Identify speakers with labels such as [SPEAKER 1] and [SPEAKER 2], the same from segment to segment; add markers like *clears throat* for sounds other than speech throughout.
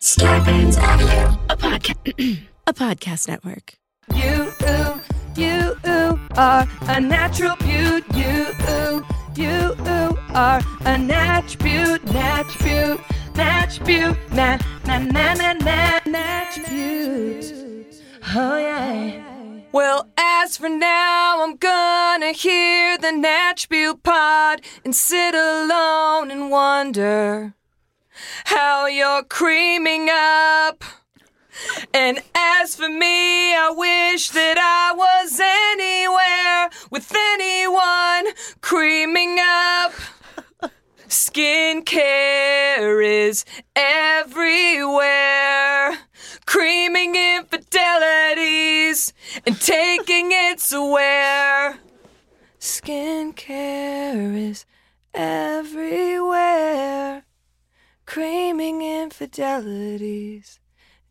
[SPEAKER 1] Scorpions Audio, a podcast, a podcast network.
[SPEAKER 2] You, ooh, you, ooh, are a natural beaut. You, ooh, you, ooh, are a natch beaut, natch beaut, natch beaut, na, na, na, na, na, natch beaut. Oh, yeah. Well, as for now, I'm gonna hear the Natch Beaut pod and sit alone and wonder how you're creaming up. And as for me, I wish that I was anywhere with anyone creaming up. Skincare is everywhere, creaming infidelities and taking it to where. Skincare is everywhere, creaming infidelities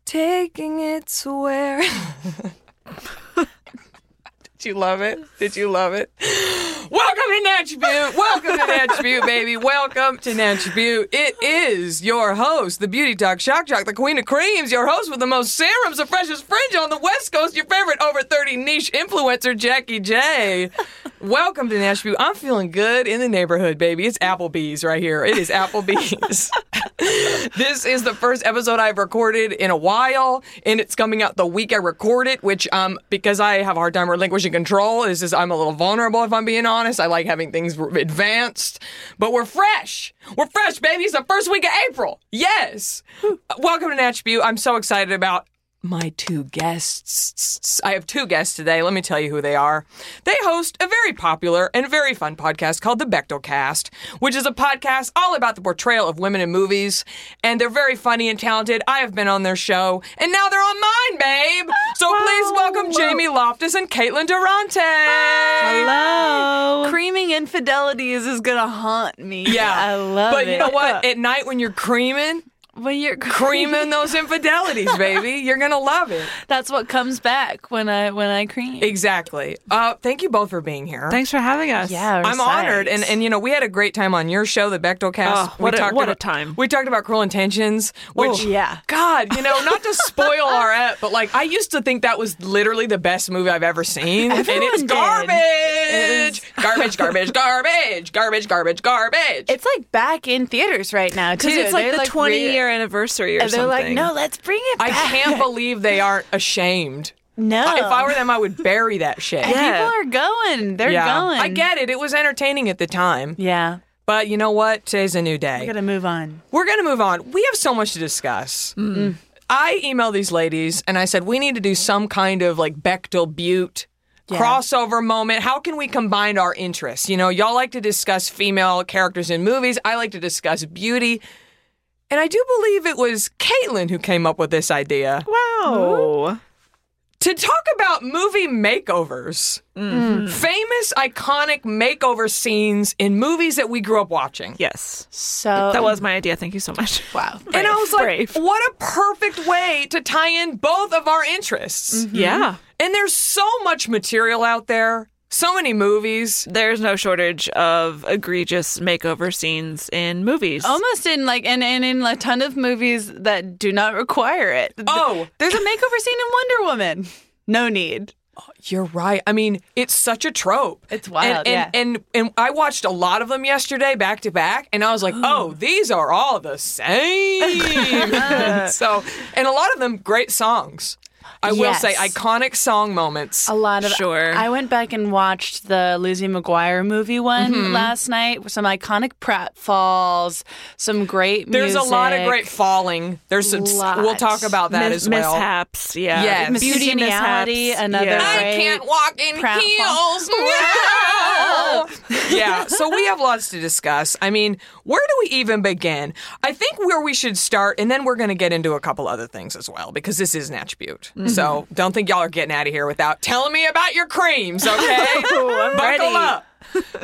[SPEAKER 2] taking it to where. *laughs* Did you love it? Did you love it? Welcome to Natch Butte. Welcome to Natch Butte, baby. Welcome to Natch Butte. It is your host, the beauty doc shock jock, the queen of creams, your host with the most serums, the freshest fringe on the West Coast, your favorite over 30 niche influencer, Jackie J. Welcome to Natch Butte. I'm feeling good in the neighborhood, baby. It's Applebee's right here. It is Applebee's. *laughs* this is the first episode I've recorded in a while, and it's coming out the week I record it, which um because I have a hard time relinquishing control. This is I'm a little vulnerable if I'm being honest. I like having things r- advanced, but we're fresh. We're fresh, baby. It's the first week of April. Yes. Uh, Welcome to Natch Butte. I'm so excited about my two guests. I have two guests today. Let me tell you who they are. They host a very popular and very fun podcast called The Bechtel Cast, which is a podcast all about the portrayal of women in movies. And they're very funny and talented. I have been on their show, and now they're on mine, babe. So
[SPEAKER 3] Oh.
[SPEAKER 2] please welcome Jamie Loftus and Caitlin Durante.
[SPEAKER 3] Hello. Creaming infidelities is gonna haunt me.
[SPEAKER 2] Yeah,
[SPEAKER 3] I love
[SPEAKER 2] But
[SPEAKER 3] it.
[SPEAKER 2] you know what? At night when you're creaming,
[SPEAKER 3] When you're *laughs*
[SPEAKER 2] creaming those infidelities, baby, you're gonna love it.
[SPEAKER 3] that's what comes back when I when I cream.
[SPEAKER 2] Exactly. Uh, thank you both for being here.
[SPEAKER 4] Thanks for having us.
[SPEAKER 3] Yeah,
[SPEAKER 2] I'm honored, and and you know we had a great time on your show, the Bechtel Cast.
[SPEAKER 4] Oh, what
[SPEAKER 2] we
[SPEAKER 4] a- what a
[SPEAKER 2] about,
[SPEAKER 4] time. Oh,
[SPEAKER 2] We talked about cruel intentions, which
[SPEAKER 3] Ooh. Yeah.
[SPEAKER 2] God, you know, not
[SPEAKER 4] *laughs*
[SPEAKER 2] to spoil our ep, but like I used to think that was literally the best movie I've ever seen, and it's
[SPEAKER 3] Everyone did.
[SPEAKER 2] garbage,
[SPEAKER 3] It
[SPEAKER 2] garbage,
[SPEAKER 4] *laughs*
[SPEAKER 2] garbage, garbage, garbage, garbage, garbage.
[SPEAKER 3] it's like back in theaters right now too.
[SPEAKER 4] because it's like
[SPEAKER 3] They're,
[SPEAKER 4] the 20
[SPEAKER 3] re-
[SPEAKER 4] year anniversary or
[SPEAKER 3] and They're
[SPEAKER 4] something.
[SPEAKER 3] like, no, let's bring it
[SPEAKER 2] I
[SPEAKER 3] back. *laughs*
[SPEAKER 2] can't believe they aren't ashamed.
[SPEAKER 3] No,
[SPEAKER 2] I- If I were them, I would bury that shit.
[SPEAKER 3] people
[SPEAKER 4] Oh. Yeah.
[SPEAKER 3] are going. They're
[SPEAKER 2] Yeah.
[SPEAKER 3] going.
[SPEAKER 2] I get it. It was entertaining at the time,
[SPEAKER 3] Yeah,
[SPEAKER 2] but you know what? Today's a new day.
[SPEAKER 3] we gotta move on.
[SPEAKER 2] We're going to move on. We have so much to discuss. I emailed these ladies and I said, we need to do some kind of like Bechtel Butte crossover moment. How can we combine our interests? You know, y'all like to discuss female characters in movies, I like to discuss beauty. And I do believe it was Caitlin who came up with this idea
[SPEAKER 4] wow.
[SPEAKER 2] to talk about movie makeovers, famous, iconic makeover scenes in movies that we grew up watching.
[SPEAKER 4] Yes.
[SPEAKER 3] So
[SPEAKER 4] That was my idea. Thank you so much.
[SPEAKER 3] wow.
[SPEAKER 2] And I was like,
[SPEAKER 4] Brave.
[SPEAKER 2] what a perfect way to tie in both of our interests.
[SPEAKER 4] *laughs*
[SPEAKER 3] Mm-hmm.
[SPEAKER 4] Yeah.
[SPEAKER 2] And there's so much material out there, so many movies.
[SPEAKER 4] There's no shortage of egregious makeover scenes in movies.
[SPEAKER 3] Almost in like and, and in a ton of movies that do not require it. Th-
[SPEAKER 2] Oh.
[SPEAKER 3] there's a makeover scene in Wonder Woman. No need.
[SPEAKER 2] You're right. I mean, it's such a trope.
[SPEAKER 3] It's wild,
[SPEAKER 2] And and,
[SPEAKER 3] yeah.
[SPEAKER 2] and and I watched a lot of them yesterday back to back, and I was like,
[SPEAKER 3] *gasps*
[SPEAKER 2] oh, these are all the
[SPEAKER 3] *laughs*
[SPEAKER 2] same. *laughs* so, and a lot of them great songs. I will
[SPEAKER 3] Yes.
[SPEAKER 2] say iconic song moments.
[SPEAKER 3] A lot of
[SPEAKER 4] Sure.
[SPEAKER 3] I went back and watched the Lizzie McGuire movie one last night. With some iconic pratfalls, some great.
[SPEAKER 2] There's a lot of great
[SPEAKER 3] music.
[SPEAKER 2] falling. There's some. We'll
[SPEAKER 3] Lot.
[SPEAKER 2] talk about that
[SPEAKER 4] Mis-
[SPEAKER 2] as well.
[SPEAKER 4] Mishaps. Yeah.
[SPEAKER 2] Yes.
[SPEAKER 4] Beauty mishaps.
[SPEAKER 3] Miscongeniality, another
[SPEAKER 4] yeah.
[SPEAKER 3] great-
[SPEAKER 2] I can't walk in
[SPEAKER 3] pratfall.
[SPEAKER 2] heels. well, *laughs* yeah. So we have lots to discuss. I mean, where do we even begin? I think where we should start, and then we're going to get into a couple other things as well because this is an attribute. So don't think y'all are getting out of here without telling me about your creams, okay? Buckle up.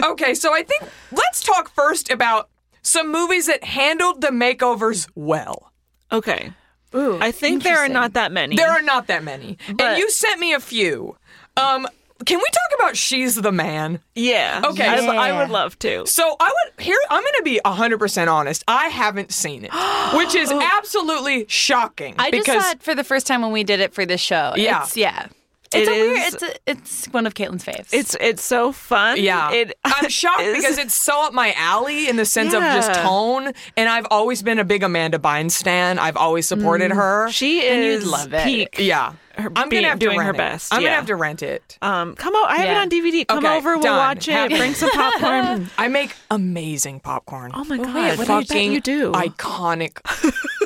[SPEAKER 2] okay, so I think let's talk first about some movies that handled the makeovers well.
[SPEAKER 4] Okay. Ooh, I think there are not that many.
[SPEAKER 2] There are not that many. and you sent me a few. Um, can we talk about She's the Man?
[SPEAKER 4] Yeah.
[SPEAKER 2] Okay.
[SPEAKER 4] I, I
[SPEAKER 2] Yeah.
[SPEAKER 4] would love to.
[SPEAKER 2] So I would here I'm going to be 100% honest. I haven't seen
[SPEAKER 4] *gasps*
[SPEAKER 2] it, which is
[SPEAKER 4] Oh.
[SPEAKER 2] absolutely shocking
[SPEAKER 3] I just
[SPEAKER 2] because
[SPEAKER 3] saw it for the first time when we did it for this show.
[SPEAKER 2] Yeah.
[SPEAKER 3] It's, yeah.
[SPEAKER 4] It
[SPEAKER 3] It's a weird.
[SPEAKER 4] is-
[SPEAKER 3] It's a, it's one of Caitlin's faves.
[SPEAKER 4] It's it's so fun.
[SPEAKER 2] yeah,
[SPEAKER 4] It, *laughs*
[SPEAKER 2] I'm shocked
[SPEAKER 4] is-
[SPEAKER 2] because it's so up my alley in the sense of just
[SPEAKER 4] Yeah.
[SPEAKER 2] tone. And I've always been a big Amanda Bynes stan. I've always supported her.
[SPEAKER 4] Mm, she
[SPEAKER 3] And you'd
[SPEAKER 4] is
[SPEAKER 3] love it.
[SPEAKER 4] peak.
[SPEAKER 2] yeah,
[SPEAKER 4] her
[SPEAKER 2] I'm
[SPEAKER 4] being-
[SPEAKER 2] gonna have to
[SPEAKER 4] doing her
[SPEAKER 2] rent it.
[SPEAKER 4] best,
[SPEAKER 2] I'm
[SPEAKER 4] yeah.
[SPEAKER 2] gonna have to rent it.
[SPEAKER 4] Um, come on, I have
[SPEAKER 3] Yeah.
[SPEAKER 4] it on DVD. Come
[SPEAKER 2] Okay,
[SPEAKER 4] over, we'll
[SPEAKER 2] done.
[SPEAKER 4] watch it.
[SPEAKER 2] Happy.
[SPEAKER 4] Bring some
[SPEAKER 2] *laughs*
[SPEAKER 4] popcorn.
[SPEAKER 2] I make amazing popcorn.
[SPEAKER 4] oh my god,
[SPEAKER 3] what do you
[SPEAKER 4] fucking
[SPEAKER 2] fucking
[SPEAKER 4] you
[SPEAKER 3] *laughs*
[SPEAKER 4] do?
[SPEAKER 2] iconic.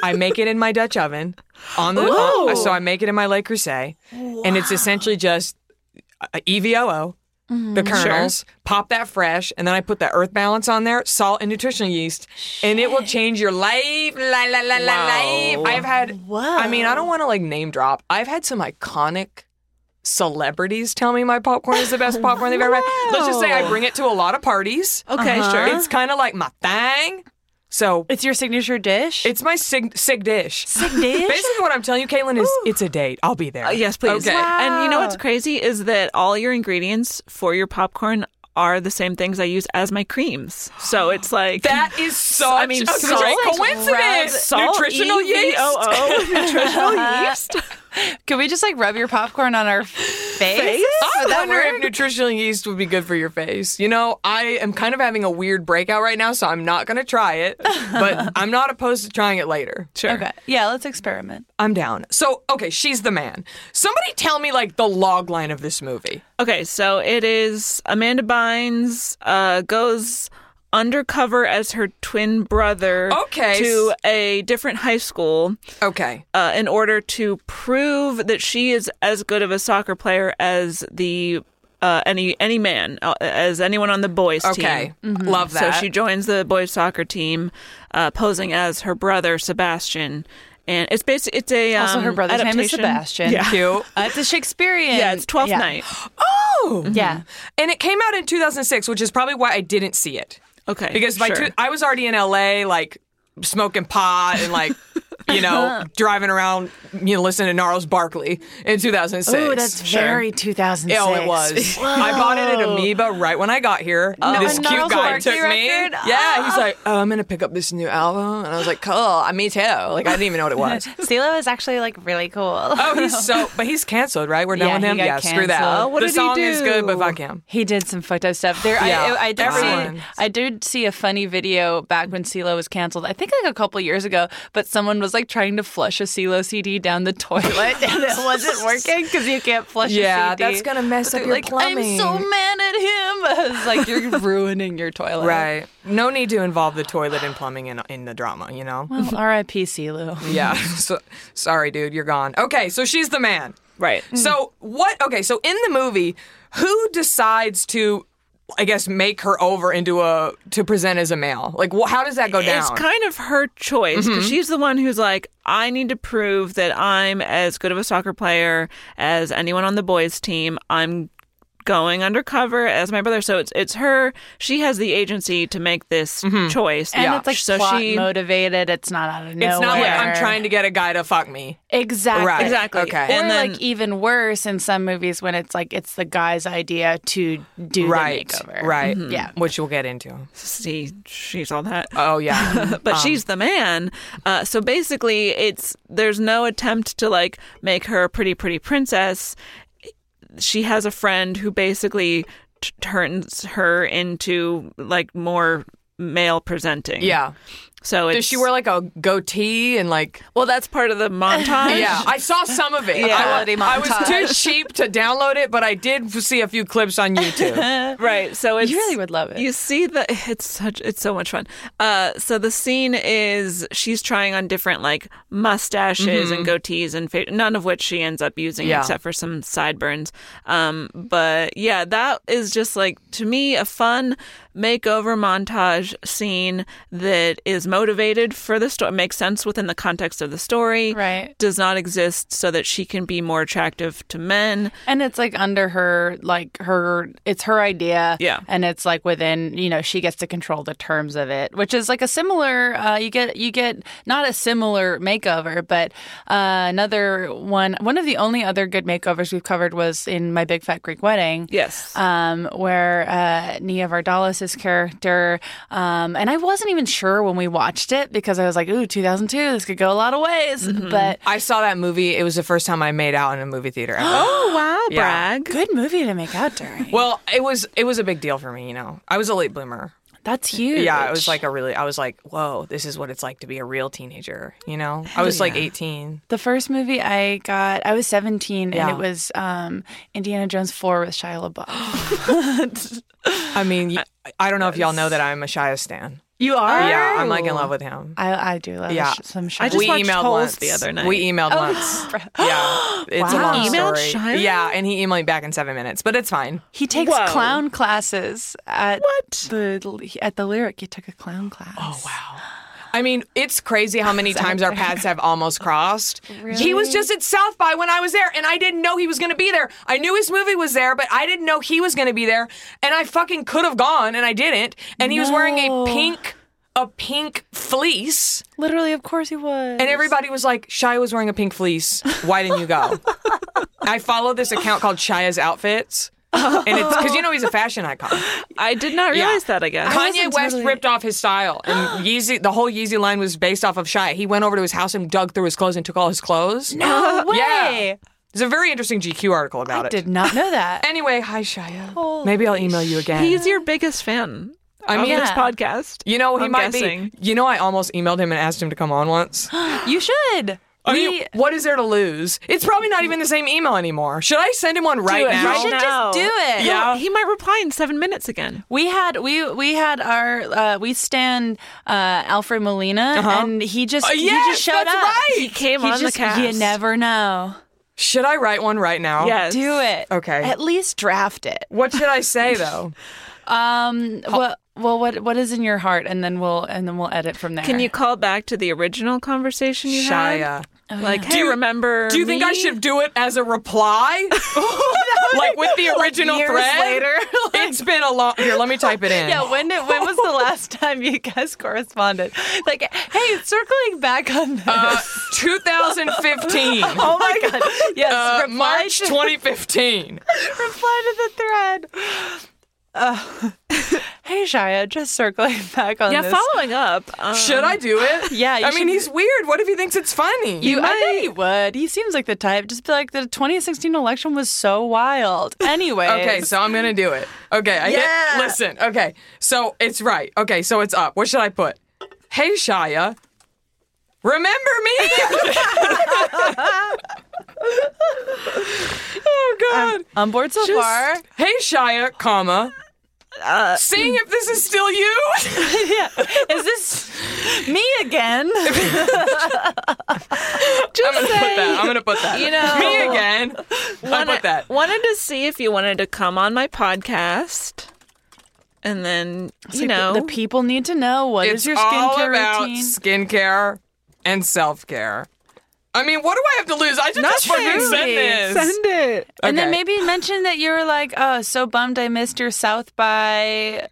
[SPEAKER 2] I make it in my Dutch oven on the
[SPEAKER 4] Ooh.
[SPEAKER 2] uh, so I make it in my Le Creuset, and it's essentially just uh, E a EVOO,
[SPEAKER 3] Mm-hmm.
[SPEAKER 2] the kernels, pop that fresh, and then I put that Earth Balance on there, salt and nutritional yeast, and it will change your life. La la la la life. I've had. I mean, I don't want to like name drop. I've had some iconic. Celebrities tell me my popcorn is the best popcorn they've ever
[SPEAKER 4] *laughs*
[SPEAKER 2] had. Let's just say I bring it to a lot of parties. Uh-huh.
[SPEAKER 4] okay, sure.
[SPEAKER 2] It's kind of like my thing. So
[SPEAKER 3] it's your signature dish.
[SPEAKER 2] it's my sig, sig dish.
[SPEAKER 3] Sig dish?
[SPEAKER 2] Basically, what I'm telling you, Caitlin, is it's a date. I'll be there.
[SPEAKER 4] Uh, yes, please.
[SPEAKER 2] Okay.
[SPEAKER 4] And you know what's crazy is that all your ingredients for your popcorn are the same things I use as my creams. So it's like *laughs*
[SPEAKER 2] That is such
[SPEAKER 4] I mean,
[SPEAKER 2] a
[SPEAKER 4] salt,
[SPEAKER 2] great
[SPEAKER 4] like,
[SPEAKER 2] coincidence.
[SPEAKER 4] salt, E
[SPEAKER 2] Nutritional yeast.
[SPEAKER 4] EVOO, nutritional yeast.
[SPEAKER 3] Could we just like rub your popcorn on our face?
[SPEAKER 2] I wonder if nutritional yeast would be good for your face. You know, I am kind of having a weird breakout right now, so I'm not going to try it,
[SPEAKER 4] *laughs*
[SPEAKER 2] but I'm not opposed to trying it later. Sure.
[SPEAKER 3] Okay. Yeah, let's experiment.
[SPEAKER 2] I'm down. So, okay, she's the man. Somebody tell me, like, the log line of this movie.
[SPEAKER 4] Okay, so it is Amanda Bynes uh, goes undercover as her twin brother
[SPEAKER 2] Okay.
[SPEAKER 4] to a different high school
[SPEAKER 2] Okay.
[SPEAKER 4] uh, in order to prove that she is as good of a soccer player as the uh, any any man uh, as anyone on the boys
[SPEAKER 2] Okay. Mm-hmm.
[SPEAKER 4] team.
[SPEAKER 2] Love that.
[SPEAKER 4] Mm-hmm. So she joins the boys soccer team, uh, posing as her brother Sebastian, and it's basically it's a
[SPEAKER 3] Also, her
[SPEAKER 4] um,
[SPEAKER 3] brother's name is
[SPEAKER 4] adaptation.
[SPEAKER 3] Sebastian.
[SPEAKER 4] Yeah,
[SPEAKER 2] Cute.
[SPEAKER 3] Uh, it's a Shakespearean.
[SPEAKER 4] yeah it's Twelfth
[SPEAKER 3] Yeah.
[SPEAKER 4] Night.
[SPEAKER 2] Oh!
[SPEAKER 3] Yeah.
[SPEAKER 2] And it came out in 2006, which is probably why I didn't see it.
[SPEAKER 4] Okay,
[SPEAKER 2] Because by
[SPEAKER 4] sure.
[SPEAKER 2] two, I was already in LA, like smoking pot and like, you
[SPEAKER 4] *laughs*
[SPEAKER 2] know, driving around, you know, listening to Gnarls Barkley in 2006.
[SPEAKER 3] Ooh, that's very 2006.
[SPEAKER 2] Oh, it was.
[SPEAKER 3] *laughs*
[SPEAKER 2] I bought it at Amoeba right when I got here. this
[SPEAKER 3] a
[SPEAKER 2] cute
[SPEAKER 3] Gnarls
[SPEAKER 2] guy
[SPEAKER 3] Barkley
[SPEAKER 2] took me.
[SPEAKER 3] record? Ah.
[SPEAKER 2] Yeah, he's like, "Oh, I'm gonna pick up this new album," and I was like, "Cool, I me too." Like I didn't even know what it
[SPEAKER 3] *laughs*
[SPEAKER 2] was.
[SPEAKER 3] CeeLo is actually like really cool. *laughs*
[SPEAKER 2] Oh, he's so, but he's canceled, right? We're done
[SPEAKER 3] Yeah,
[SPEAKER 2] with
[SPEAKER 3] he
[SPEAKER 2] him.
[SPEAKER 3] got
[SPEAKER 2] yeah, screw that.
[SPEAKER 3] canceled. Oh,
[SPEAKER 4] what
[SPEAKER 2] the
[SPEAKER 4] did he
[SPEAKER 2] song is good, but
[SPEAKER 4] do?
[SPEAKER 2] fuck him.
[SPEAKER 3] He did some fucked up stuff. There,
[SPEAKER 2] Yeah,
[SPEAKER 3] I, I did
[SPEAKER 2] everyone.
[SPEAKER 3] see. I did see a funny video back when CeeLo was canceled. I think like a couple years ago, but someone was like trying to flush a CeeLo CD down the toilet, and it wasn't working because you can't flush.
[SPEAKER 2] Yeah,
[SPEAKER 3] a CD.
[SPEAKER 2] that's gonna mess
[SPEAKER 3] But
[SPEAKER 2] up
[SPEAKER 3] they're
[SPEAKER 2] your
[SPEAKER 3] like, I'm so
[SPEAKER 2] plumbing."
[SPEAKER 3] mad at him. *laughs* I was like, you're ruining your toilet.
[SPEAKER 2] Right. No need to involve the toilet and plumbing in, in the drama, you know?
[SPEAKER 3] Well, R.I.P. CeeLo.
[SPEAKER 2] yeah. *laughs* So, sorry, dude, you're gone. Okay, so she's the man.
[SPEAKER 4] right.
[SPEAKER 3] Mm.
[SPEAKER 2] So, what? Okay, so in the movie, who decides to. I guess make her over into a to present as a male. Like, wh- how does that go down?
[SPEAKER 4] It's kind of her choice
[SPEAKER 3] Mm-hmm.
[SPEAKER 4] because she's the one who's like, I need to prove that I'm as good of a soccer player as anyone on the boys' team. I'm going undercover as my brother. So it's it's her. She has the agency to make this
[SPEAKER 3] Mm-hmm.
[SPEAKER 4] choice.
[SPEAKER 3] And it's like
[SPEAKER 4] so
[SPEAKER 3] plot
[SPEAKER 4] she
[SPEAKER 3] motivated. It's not out of nowhere.
[SPEAKER 2] it's not like I'm trying to get a guy to fuck me.
[SPEAKER 3] Exactly.
[SPEAKER 2] Right.
[SPEAKER 4] exactly.
[SPEAKER 2] Okay.
[SPEAKER 3] Or
[SPEAKER 4] And then
[SPEAKER 3] like e even worse in some movies when it's like it's the guy's idea to do
[SPEAKER 2] Right.
[SPEAKER 3] the makeover. Mm-hmm.
[SPEAKER 2] Right. Mm-hmm.
[SPEAKER 3] Yeah.
[SPEAKER 2] Which we'll get
[SPEAKER 3] *laughs*
[SPEAKER 2] into.
[SPEAKER 4] see, she's all that.
[SPEAKER 2] Oh yeah.
[SPEAKER 4] but she's the man. Uh, so basically, it's there's no attempt to like make her a pretty, pretty princess. She has a friend who basically t- turns her into like more male presenting.
[SPEAKER 2] yeah.
[SPEAKER 4] So it's,
[SPEAKER 2] Does she wear like a goatee and like?
[SPEAKER 4] Well, that's part of the
[SPEAKER 2] *laughs*
[SPEAKER 4] montage.
[SPEAKER 2] Yeah, I saw some of it.
[SPEAKER 3] Yeah.
[SPEAKER 2] I,
[SPEAKER 3] Reality
[SPEAKER 2] wa- I was
[SPEAKER 3] montage.
[SPEAKER 2] too cheap to download it, but I did see a few clips
[SPEAKER 3] *laughs*
[SPEAKER 2] on YouTube.
[SPEAKER 4] right. So it's
[SPEAKER 3] really would love it.
[SPEAKER 4] You see the it's such it's so much fun. Uh, so the scene is she's trying on different like mustaches
[SPEAKER 3] Mm-hmm.
[SPEAKER 4] and goatees and fa- none of which she ends up using
[SPEAKER 2] Yeah.
[SPEAKER 4] except for some sideburns. Um, but yeah, that is just like to me a fun makeover montage scene that is motivated for the story makes sense within the context of the story.
[SPEAKER 3] Right.
[SPEAKER 4] Does not exist so that she can be more attractive to men.
[SPEAKER 3] *gasps* And it's like under her, like her, it's her idea.
[SPEAKER 4] Yeah.
[SPEAKER 3] And it's like within, you know, she gets to control the terms of it, which is like a similar, uh, you get, you get not a similar makeover, but uh, another one, one of the only other good makeovers we've covered was in My Big Fat Greek Wedding.
[SPEAKER 4] Yes.
[SPEAKER 3] Um, where uh, Nia Vardalos' character, um, and I wasn't even sure when we watched it because I was like, ooh, 2002, this could go a lot of ways.
[SPEAKER 2] Mm-hmm.
[SPEAKER 3] But
[SPEAKER 2] I saw that movie. It was the first time I made out in a movie theater. ever.
[SPEAKER 4] *gasps* oh wow,
[SPEAKER 2] Yeah.
[SPEAKER 4] brag.
[SPEAKER 3] good movie to make out during.
[SPEAKER 2] well, it was it was a big deal for me. You know, I was a late bloomer.
[SPEAKER 3] That's huge.
[SPEAKER 2] Yeah, it was like a really. I was like, whoa, this is what it's like to be a real teenager. You know, I was like 18.
[SPEAKER 3] The first movie I got, I was 17,
[SPEAKER 2] Yeah.
[SPEAKER 3] and it was um, Indiana Jones 4 with Shia LaBeouf. *laughs*
[SPEAKER 2] I mean, y- I don't know if y'all know that I'm a Shia stan.
[SPEAKER 3] you are?
[SPEAKER 2] Yeah, I'm like in love with him.
[SPEAKER 3] I, I do love
[SPEAKER 2] Yeah.
[SPEAKER 3] sh- some Shia.
[SPEAKER 4] Oh. I just
[SPEAKER 2] we
[SPEAKER 4] watched
[SPEAKER 2] emailed
[SPEAKER 4] Holes
[SPEAKER 2] once
[SPEAKER 4] the other night. Oh.
[SPEAKER 2] We emailed once.
[SPEAKER 4] *gasps*
[SPEAKER 2] yeah, it's a
[SPEAKER 3] Wow.
[SPEAKER 2] long
[SPEAKER 4] Emailed
[SPEAKER 2] story.
[SPEAKER 4] Shia?
[SPEAKER 2] Yeah, and he emailed me back in seven minutes, but it's fine.
[SPEAKER 3] he takes
[SPEAKER 4] Whoa.
[SPEAKER 3] clown classes at
[SPEAKER 4] What?
[SPEAKER 3] the at the lyric. He took a clown class. Oh
[SPEAKER 2] Wow. I mean, it's crazy how many times our paths have almost crossed. He was just at South by when I was there, and I didn't know he was going to be there. I knew his movie was there, but I didn't know he was going to be there, and I fucking could have gone, and I didn't. And he was wearing a
[SPEAKER 3] No.
[SPEAKER 2] pink, a pink fleece,
[SPEAKER 3] Literally, of course he was.
[SPEAKER 2] and everybody was like, "Shia was wearing a pink fleece. Why didn't you go?" I follow this account called Shia's Outfits, and it's because you know he's a fashion icon.
[SPEAKER 4] I did not realize that. I guess.
[SPEAKER 2] Kanye
[SPEAKER 3] wasn't
[SPEAKER 2] West
[SPEAKER 3] totally-
[SPEAKER 2] ripped off his style,
[SPEAKER 3] *gasps*
[SPEAKER 2] and Yeezy. The whole Yeezy line was based off of Shia. He went over to his house and dug through his clothes and took all his clothes.
[SPEAKER 3] No
[SPEAKER 2] *laughs*
[SPEAKER 3] way.
[SPEAKER 2] Yeah. There's a very interesting GQ article about
[SPEAKER 3] I
[SPEAKER 2] it.
[SPEAKER 3] did not
[SPEAKER 2] *laughs*
[SPEAKER 3] know that.
[SPEAKER 2] Anyway, hi Shia. Maybe I'll email you again.
[SPEAKER 4] He's your biggest fan. I mean,
[SPEAKER 3] mean-
[SPEAKER 4] this
[SPEAKER 3] Yeah.
[SPEAKER 4] podcast.
[SPEAKER 2] Oh, you know he
[SPEAKER 4] I'm
[SPEAKER 2] might
[SPEAKER 4] guessing.
[SPEAKER 2] be. You know I almost emailed him and asked him to come on
[SPEAKER 3] *gasps*
[SPEAKER 2] once.
[SPEAKER 3] you should.
[SPEAKER 2] I
[SPEAKER 3] we,
[SPEAKER 2] mean, what is there to lose? It's probably not even the same email anymore. Should I send him one right
[SPEAKER 4] it
[SPEAKER 2] now?
[SPEAKER 3] you should
[SPEAKER 4] Right now.
[SPEAKER 3] just do it.
[SPEAKER 2] Yeah.
[SPEAKER 4] He might reply in seven minutes again.
[SPEAKER 3] We had we we had our uh, we stand uh, Alfred Molina and he just
[SPEAKER 2] Uh,
[SPEAKER 3] he
[SPEAKER 2] yes,
[SPEAKER 3] just showed
[SPEAKER 2] that's
[SPEAKER 3] up.
[SPEAKER 2] right.
[SPEAKER 4] He came
[SPEAKER 3] He
[SPEAKER 4] on
[SPEAKER 3] just-
[SPEAKER 4] the cast.
[SPEAKER 3] You never know.
[SPEAKER 2] Should I write one right now?
[SPEAKER 4] Yes.
[SPEAKER 3] Do it.
[SPEAKER 2] Okay.
[SPEAKER 3] At least draft it.
[SPEAKER 2] What should I
[SPEAKER 3] *laughs*
[SPEAKER 2] say though?
[SPEAKER 3] Um. Well. Well. What What is in your heart, and then we'll and then we'll edit from there.
[SPEAKER 4] Can you call back to the original conversation you
[SPEAKER 3] Oh,
[SPEAKER 4] had?
[SPEAKER 2] Shia.
[SPEAKER 4] Like, hey,
[SPEAKER 2] you-
[SPEAKER 4] remember?
[SPEAKER 2] Do you think I
[SPEAKER 4] me?"
[SPEAKER 2] should do it as a
[SPEAKER 3] *laughs*
[SPEAKER 2] reply?
[SPEAKER 4] *laughs*
[SPEAKER 2] like with the original
[SPEAKER 3] years
[SPEAKER 2] thread?
[SPEAKER 3] later, *laughs*
[SPEAKER 2] it's been a long. Here, let me type it in.
[SPEAKER 3] Yeah, when did, when was the last time you guys corresponded? Like, hey, circling back on this.
[SPEAKER 2] Uh, 2015.
[SPEAKER 3] *laughs* oh my god! Yes,
[SPEAKER 2] Uh,
[SPEAKER 3] reply
[SPEAKER 2] March
[SPEAKER 3] to-
[SPEAKER 2] 2015.
[SPEAKER 3] reply to the thread. Uh, hey Shia, just circling back on
[SPEAKER 4] Yeah,
[SPEAKER 3] this.
[SPEAKER 4] following up. Um,
[SPEAKER 2] Should I do it?
[SPEAKER 3] *laughs* Yeah, you
[SPEAKER 2] I mean,
[SPEAKER 3] should-
[SPEAKER 2] he's weird. What if he thinks it's funny?
[SPEAKER 3] You, I bet he would. He seems like the type. Just be like, the 2016 election was so wild. Anyway,
[SPEAKER 2] Okay, so I'm gonna do it. Okay, I
[SPEAKER 3] Yeah.
[SPEAKER 2] hit. Listen. Okay, so it's right. Okay, so it's up. What should I put? Hey Shia, remember me?
[SPEAKER 3] *laughs*
[SPEAKER 2] *laughs* oh God.
[SPEAKER 3] on board so
[SPEAKER 2] *laughs*
[SPEAKER 3] far.
[SPEAKER 2] Hey Shia, comma. seeing if this is still you. *laughs*
[SPEAKER 3] yeah, is this me again? *laughs*
[SPEAKER 2] I'm gonna put that. I'm gonna put that.
[SPEAKER 4] you know,
[SPEAKER 2] me again. I put that.
[SPEAKER 4] Wanted to see if you wanted to come on my podcast, and then you know,
[SPEAKER 3] the people need to know what is
[SPEAKER 2] it's
[SPEAKER 3] your
[SPEAKER 2] all
[SPEAKER 3] skincare
[SPEAKER 2] about
[SPEAKER 3] routine.
[SPEAKER 2] skincare and self care. I mean, what do I have to lose? I should just fucking send
[SPEAKER 3] Nothing.
[SPEAKER 2] this.
[SPEAKER 4] send it.
[SPEAKER 3] And then
[SPEAKER 2] Okay.
[SPEAKER 3] maybe mention that you were like, oh, so bummed I missed your South by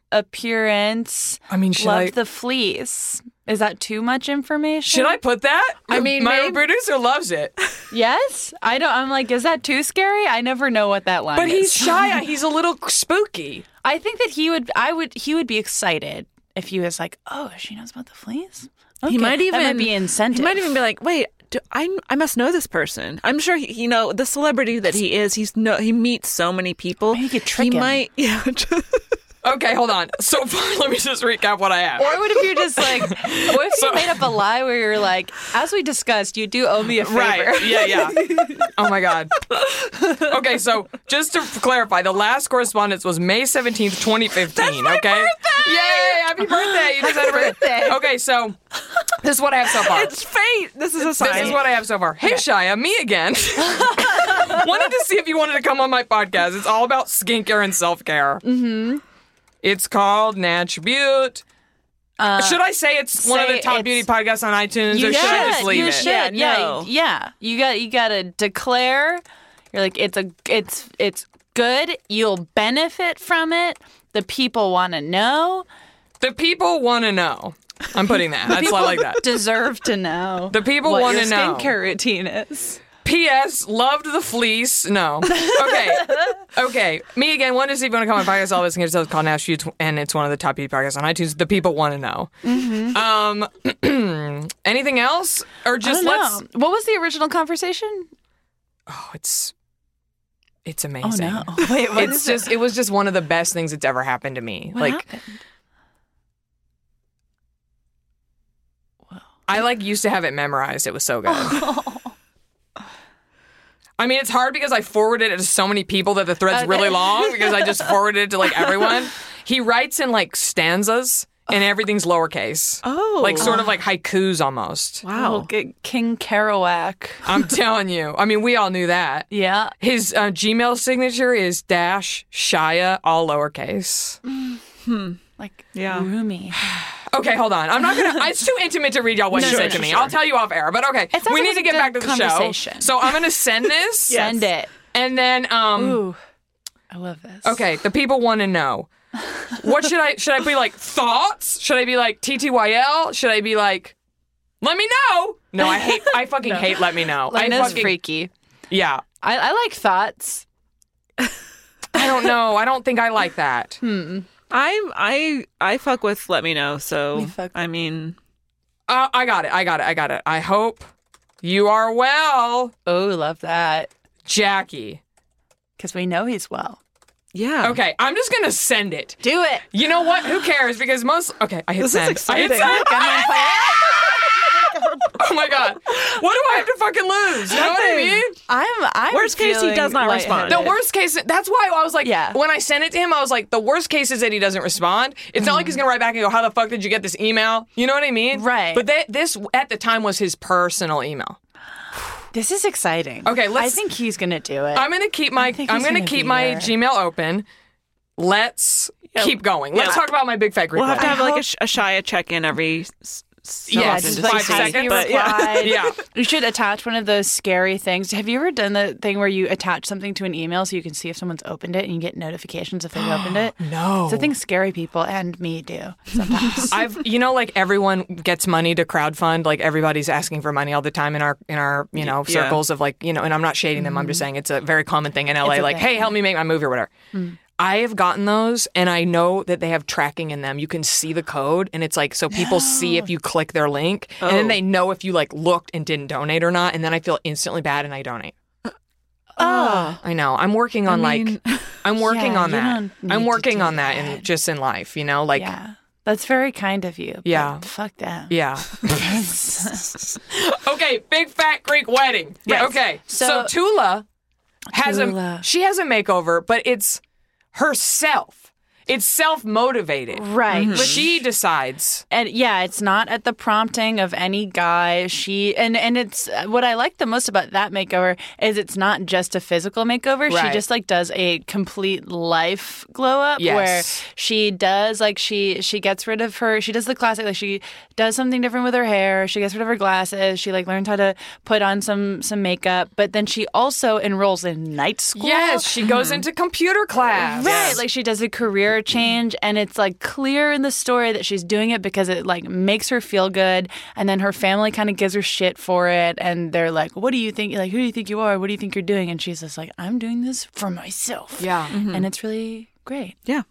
[SPEAKER 3] appearance.
[SPEAKER 2] I mean, should
[SPEAKER 3] Loved
[SPEAKER 2] I-
[SPEAKER 3] the fleece. Is that too much information?
[SPEAKER 2] Should I put that? I
[SPEAKER 4] mean,
[SPEAKER 2] my
[SPEAKER 4] maybe-
[SPEAKER 2] producer loves it,
[SPEAKER 3] Yes, I don't. I'm like, is that too scary? I never know what that line.
[SPEAKER 2] but he's *laughs*
[SPEAKER 3] is.
[SPEAKER 2] shy. He's a little spooky.
[SPEAKER 3] I think that he would. I would. He would be excited if he was like, "Oh, she knows about the fleas." Okay,
[SPEAKER 4] He might even
[SPEAKER 3] that might be incentive.
[SPEAKER 4] He might even be like, "Wait, do I I must know this person. I'm sure he, you know the celebrity that he is. He's no he meets so many people.
[SPEAKER 3] Maybe you could trick
[SPEAKER 4] he
[SPEAKER 3] him.
[SPEAKER 4] might *laughs* yeah.
[SPEAKER 2] Okay, hold on. So *laughs* far, let me just recap what I have.
[SPEAKER 3] Or what if you're
[SPEAKER 2] *laughs*
[SPEAKER 3] just like, what if you made up a lie where you're like, as we discussed, you do owe me a favor? *laughs*
[SPEAKER 2] Right. Yeah, yeah. *laughs* oh my God. Okay, so just to clarify, the last correspondence was May 17th, 2015. That's my okay. Birthday! Yay! Happy birthday. You just had a birthday. Okay, so this is what I have so far.
[SPEAKER 4] It's fate. This is a sign.
[SPEAKER 2] This is what I have so far. Hey, Shia, me again. *laughs* wanted to see if you wanted to come on my podcast. It's all about skincare and self care. Mm-hmm. It's called Natribute. should I Uh, say it's one of
[SPEAKER 3] say
[SPEAKER 2] the top
[SPEAKER 3] it's-
[SPEAKER 2] beauty podcasts on iTunes, or
[SPEAKER 3] You
[SPEAKER 2] should I just
[SPEAKER 3] should.
[SPEAKER 2] leave
[SPEAKER 3] you
[SPEAKER 2] it?
[SPEAKER 3] should.
[SPEAKER 4] Yeah,
[SPEAKER 3] Yeah,
[SPEAKER 4] no.
[SPEAKER 3] yeah. You got. You got to declare. You're like, it's a. It's it's good. You'll benefit from it. The people want to know.
[SPEAKER 2] The people want to know. I'm putting
[SPEAKER 3] *laughs*
[SPEAKER 2] that. That's Oh, I like that.
[SPEAKER 3] Deserve to know.
[SPEAKER 2] *laughs* The people
[SPEAKER 3] what
[SPEAKER 2] wanna
[SPEAKER 3] your
[SPEAKER 2] know.
[SPEAKER 3] skincare routine is.
[SPEAKER 2] P.S. Loved the fleece. No.
[SPEAKER 3] *laughs*
[SPEAKER 2] Okay. okay. Me again. Wanted to see if you want to come on podcast. All this and get yourself called Nash Views, and it's one of the top beauty podcasts on iTunes. The people want to know.
[SPEAKER 3] Mm-hmm.
[SPEAKER 2] Um, *clears throat* anything else, or
[SPEAKER 3] I
[SPEAKER 2] just
[SPEAKER 3] don't
[SPEAKER 2] let's?
[SPEAKER 3] know. What was the original conversation?
[SPEAKER 2] Oh, it's it's amazing.
[SPEAKER 3] Oh, *laughs* Wait. What
[SPEAKER 2] It's just it was just one of the best things that's ever happened to me.
[SPEAKER 3] What
[SPEAKER 2] like
[SPEAKER 3] happened?
[SPEAKER 2] I like used to have it memorized. It was
[SPEAKER 3] *laughs*
[SPEAKER 2] so good. I mean, it's hard because I forwarded it to so many people that the thread's really long because I
[SPEAKER 3] *laughs*
[SPEAKER 2] just forwarded it to like everyone. He writes in like stanzas and everything's lowercase.
[SPEAKER 4] Oh.
[SPEAKER 2] Like sort of like haikus almost.
[SPEAKER 4] Wow.
[SPEAKER 3] Oh, K- King Kerouac.
[SPEAKER 2] I'm telling you. I mean, we all knew that.
[SPEAKER 3] Yeah.
[SPEAKER 2] His uh, Gmail signature is dash Shia, all lowercase.
[SPEAKER 3] Like
[SPEAKER 4] Yeah.
[SPEAKER 3] roomy.
[SPEAKER 2] Okay, hold on. I'm not
[SPEAKER 3] *laughs*
[SPEAKER 2] gonna. It's too intimate to read y'all what you said to me. I'll tell you off air. But okay,
[SPEAKER 3] It sounds
[SPEAKER 2] we
[SPEAKER 3] like
[SPEAKER 2] need
[SPEAKER 3] a
[SPEAKER 2] to get
[SPEAKER 3] good
[SPEAKER 2] back to the show.
[SPEAKER 3] conversation.
[SPEAKER 2] So I'm gonna send
[SPEAKER 3] *laughs*
[SPEAKER 2] this.
[SPEAKER 3] Send it.
[SPEAKER 2] And then, um,
[SPEAKER 3] Ooh. I love this.
[SPEAKER 2] okay, the people want to know. What should I? Should I be like thoughts? Should I be like TTYL? Should I be like, let me know? No, I hate. I
[SPEAKER 3] *laughs*
[SPEAKER 2] fucking hate. Let me know. I
[SPEAKER 3] Lena's
[SPEAKER 2] fucking,
[SPEAKER 3] freaky.
[SPEAKER 2] Yeah.
[SPEAKER 3] I, I like thoughts.
[SPEAKER 2] I don't know. I don't think I like that.
[SPEAKER 3] *laughs*
[SPEAKER 4] I'm I I fuck with let me know. So
[SPEAKER 3] We fuck-
[SPEAKER 4] I mean,
[SPEAKER 2] Uh, I got it. I got it. I got it. I hope you are well,
[SPEAKER 3] Oh, love that.
[SPEAKER 2] Jackie.
[SPEAKER 3] Because we know he's well.
[SPEAKER 4] yeah.
[SPEAKER 2] Okay, I'm just gonna send it.
[SPEAKER 3] Do it.
[SPEAKER 2] You know what? Who cares? Because most okay, I hit
[SPEAKER 4] This is
[SPEAKER 2] send. I hit
[SPEAKER 4] exciting.
[SPEAKER 2] send. *laughs*
[SPEAKER 3] I'm on fire.
[SPEAKER 2] Oh my god! What do I have to fucking lose? You know what I
[SPEAKER 4] Nothing.
[SPEAKER 2] mean?
[SPEAKER 3] I'm. I'm
[SPEAKER 4] Worst case, he
[SPEAKER 3] feeling
[SPEAKER 4] does not
[SPEAKER 3] lightheaded.
[SPEAKER 4] respond.
[SPEAKER 2] The worst case. That's why I was like,
[SPEAKER 3] Yeah.
[SPEAKER 2] When I sent it to him, I was like, the worst case is that he doesn't respond. It's not like
[SPEAKER 4] Mm-hmm.
[SPEAKER 2] he's gonna write back and go, "How the fuck did you get this email?" You know what I mean?
[SPEAKER 3] Right.
[SPEAKER 2] But that, this at the time was his personal email.
[SPEAKER 3] This is exciting.
[SPEAKER 2] Okay, let's-
[SPEAKER 3] I think he's gonna do it.
[SPEAKER 2] I'm gonna keep my.
[SPEAKER 3] I think
[SPEAKER 2] I'm
[SPEAKER 3] he's
[SPEAKER 2] gonna,
[SPEAKER 3] gonna
[SPEAKER 2] keep
[SPEAKER 3] be
[SPEAKER 2] my
[SPEAKER 3] there.
[SPEAKER 2] Gmail open. Let's keep going. Let's talk about my big fat Greek.
[SPEAKER 4] We'll have to
[SPEAKER 2] wedding.
[SPEAKER 4] have like a, sh- a Shia check in every. s- So
[SPEAKER 2] Yeah,
[SPEAKER 4] often
[SPEAKER 2] just
[SPEAKER 4] to
[SPEAKER 2] like
[SPEAKER 4] see
[SPEAKER 2] five
[SPEAKER 4] how-
[SPEAKER 2] seconds.
[SPEAKER 4] But yeah.
[SPEAKER 2] Yeah.
[SPEAKER 3] You should attach one of those scary things. Have you ever done the thing where you attach something to an email so you can see if someone's opened it and you get notifications if they've opened it?
[SPEAKER 2] No.
[SPEAKER 3] It's a thing scary people and me do sometimes.
[SPEAKER 2] *laughs* I've you know like everyone gets money to crowdfund like everybody's asking for money all the time in our in our you know
[SPEAKER 4] Yeah.
[SPEAKER 2] circles of like you know and I'm not shading them I'm
[SPEAKER 3] Mm.
[SPEAKER 2] just saying it's a very common thing in LA
[SPEAKER 3] a
[SPEAKER 2] like
[SPEAKER 3] thing.
[SPEAKER 2] hey help me make my movie or whatever.
[SPEAKER 3] Mm.
[SPEAKER 2] I have gotten those and I know that they have tracking in them. You can see the code and it's like so people see
[SPEAKER 3] *gasps*
[SPEAKER 2] if you click their link and then
[SPEAKER 3] Oh.
[SPEAKER 2] they know if you like looked and didn't donate or not and then I feel instantly bad and I donate.
[SPEAKER 3] Uh, oh,
[SPEAKER 2] I know. I'm working on
[SPEAKER 4] mean-
[SPEAKER 2] like I'm working
[SPEAKER 3] Yeah,
[SPEAKER 2] on
[SPEAKER 3] you
[SPEAKER 2] that.
[SPEAKER 3] don't need
[SPEAKER 2] I'm
[SPEAKER 3] to
[SPEAKER 2] working
[SPEAKER 3] do
[SPEAKER 2] on that in
[SPEAKER 3] that.
[SPEAKER 2] just in life, you know, like
[SPEAKER 3] yeah. That's very kind of you. but
[SPEAKER 2] Yeah.
[SPEAKER 3] Fuck them. *laughs*
[SPEAKER 2] yeah. Okay, big fat Greek wedding.
[SPEAKER 3] Yes.
[SPEAKER 2] Okay. So,
[SPEAKER 3] So-
[SPEAKER 2] Tula has
[SPEAKER 3] Tula.
[SPEAKER 2] a she has a makeover, but it's herself. It's self motivated.
[SPEAKER 3] *laughs* Right.
[SPEAKER 2] But she decides.
[SPEAKER 3] and yeah, it's not at the prompting of any guy. She and and it's what I like the most about that makeover is it's not just a physical makeover.
[SPEAKER 2] Right.
[SPEAKER 3] She just like does a complete life glow up
[SPEAKER 2] Yes.
[SPEAKER 3] where she does like she she gets rid of her she does the classic like she does something different with her hair. She gets rid of her glasses. She like learns how to put on some some makeup, but then she also enrolls in night school.
[SPEAKER 2] Yes, she goes into computer class.
[SPEAKER 3] Right, like she does a
[SPEAKER 2] Mm-hmm.
[SPEAKER 3] career change, and it's like clear in the story that she's doing it because it like makes her feel good, and then her family kind of gives her shit for it, and they're like, "What do you think? Like, who do you think you are? What do you think you're doing?" And she's just like, "I'm doing this for myself."
[SPEAKER 2] Yeah. Mm-hmm.
[SPEAKER 3] and it's really great.
[SPEAKER 4] yeah.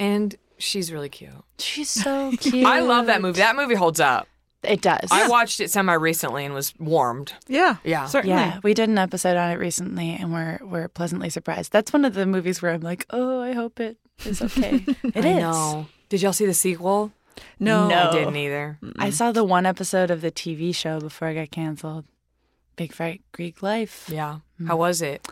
[SPEAKER 2] And she's really cute.
[SPEAKER 3] She's so cute.
[SPEAKER 2] *laughs* I love that movie. That movie holds up.
[SPEAKER 3] It does.
[SPEAKER 2] I watched it semi recently and was warmed.
[SPEAKER 4] *laughs* Yeah.
[SPEAKER 2] Yeah.
[SPEAKER 4] Certainly.
[SPEAKER 3] yeah, we did an episode on it recently, and we're we're pleasantly surprised. That's one of the movies where I'm like, "Oh, I hope it It's
[SPEAKER 2] *laughs*
[SPEAKER 3] okay. It is.
[SPEAKER 2] I know. Did y'all see the sequel?
[SPEAKER 4] No,
[SPEAKER 3] No.
[SPEAKER 2] I didn't either.
[SPEAKER 3] I saw the one episode of the TV show before I got canceled. Big Fat Greek Life.
[SPEAKER 2] Yeah. How was it?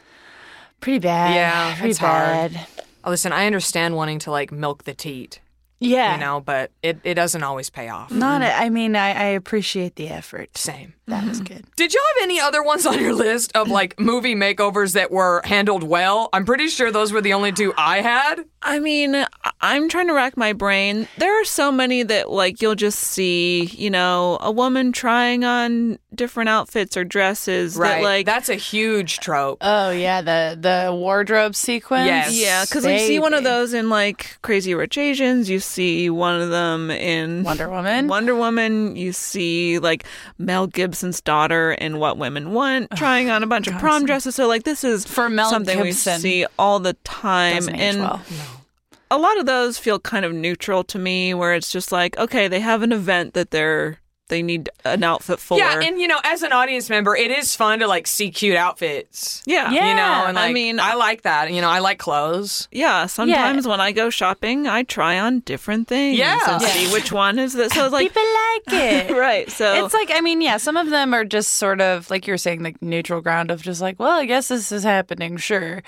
[SPEAKER 3] Pretty bad.
[SPEAKER 2] Yeah,
[SPEAKER 3] pretty
[SPEAKER 2] it's hard.
[SPEAKER 3] bad.
[SPEAKER 2] Oh, listen, I understand wanting to like milk the teat,
[SPEAKER 3] Yeah.
[SPEAKER 2] you know, but it, it doesn't always pay off.
[SPEAKER 3] Not. A, I mean, I, I appreciate the effort.
[SPEAKER 2] Same.
[SPEAKER 3] That
[SPEAKER 2] *laughs*
[SPEAKER 3] was good.
[SPEAKER 2] Did y'all have any other ones on your list of *laughs* like movie makeovers that were handled well? I'm pretty sure those were the only two I had.
[SPEAKER 4] I mean, I- I'm trying to rack my brain. There are so many that, like, you'll just see, you know, a woman trying on different outfits or dresses. That, like,
[SPEAKER 2] That's a huge trope.
[SPEAKER 3] Oh yeah, the the wardrobe sequence.
[SPEAKER 2] Yes.
[SPEAKER 4] yeah, because you see one of those in like Crazy Rich Asians. You see one of them in
[SPEAKER 3] Wonder Woman.
[SPEAKER 4] Wonder Woman. You see like Mel Gibson's daughter in What Women Want, trying on a bunch of prom dresses. So like this is
[SPEAKER 3] For Mel
[SPEAKER 4] something
[SPEAKER 3] Gibson,
[SPEAKER 4] we see all the time,
[SPEAKER 3] Doesn't age
[SPEAKER 4] and
[SPEAKER 3] well.
[SPEAKER 4] a lot of those feel kind of neutral to me, where it's just like, okay, they have an event that they're they need an outfit for.
[SPEAKER 2] yeah, and you know, as an audience member, it is fun to like see cute outfits.
[SPEAKER 4] yeah,
[SPEAKER 2] You know, and like,
[SPEAKER 4] I mean,
[SPEAKER 2] I like that. You know, I like clothes.
[SPEAKER 4] Yeah, sometimes when I go shopping, I try on different things
[SPEAKER 2] Yeah.
[SPEAKER 4] and
[SPEAKER 2] Yeah.
[SPEAKER 4] see which one is this. So it's like,
[SPEAKER 3] People like
[SPEAKER 2] *laughs*
[SPEAKER 3] *laughs* it.
[SPEAKER 4] *laughs* right? So
[SPEAKER 3] It's like I mean, yeah, some of them are just sort of like you were saying, like neutral ground of just like, well, I guess this is happening, sure.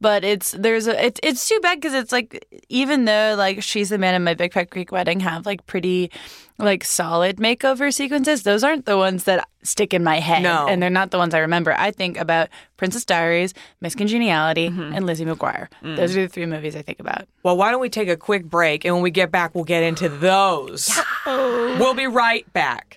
[SPEAKER 3] But it's there's a it's it's too bad because it's like even though like she's the man in my Big Fat Greek Wedding have like pretty like solid makeover sequences, those aren't the ones that stick in my head,
[SPEAKER 2] No.
[SPEAKER 3] and they're not the ones I remember. I think about Princess Diaries, Miss Congeniality,
[SPEAKER 2] Mm-hmm.
[SPEAKER 3] and Lizzie McGuire.
[SPEAKER 2] Mm.
[SPEAKER 3] Those are the three movies I think about.
[SPEAKER 2] Well, why don't we take a quick break and when we get back, we'll get into those. We'll be right back.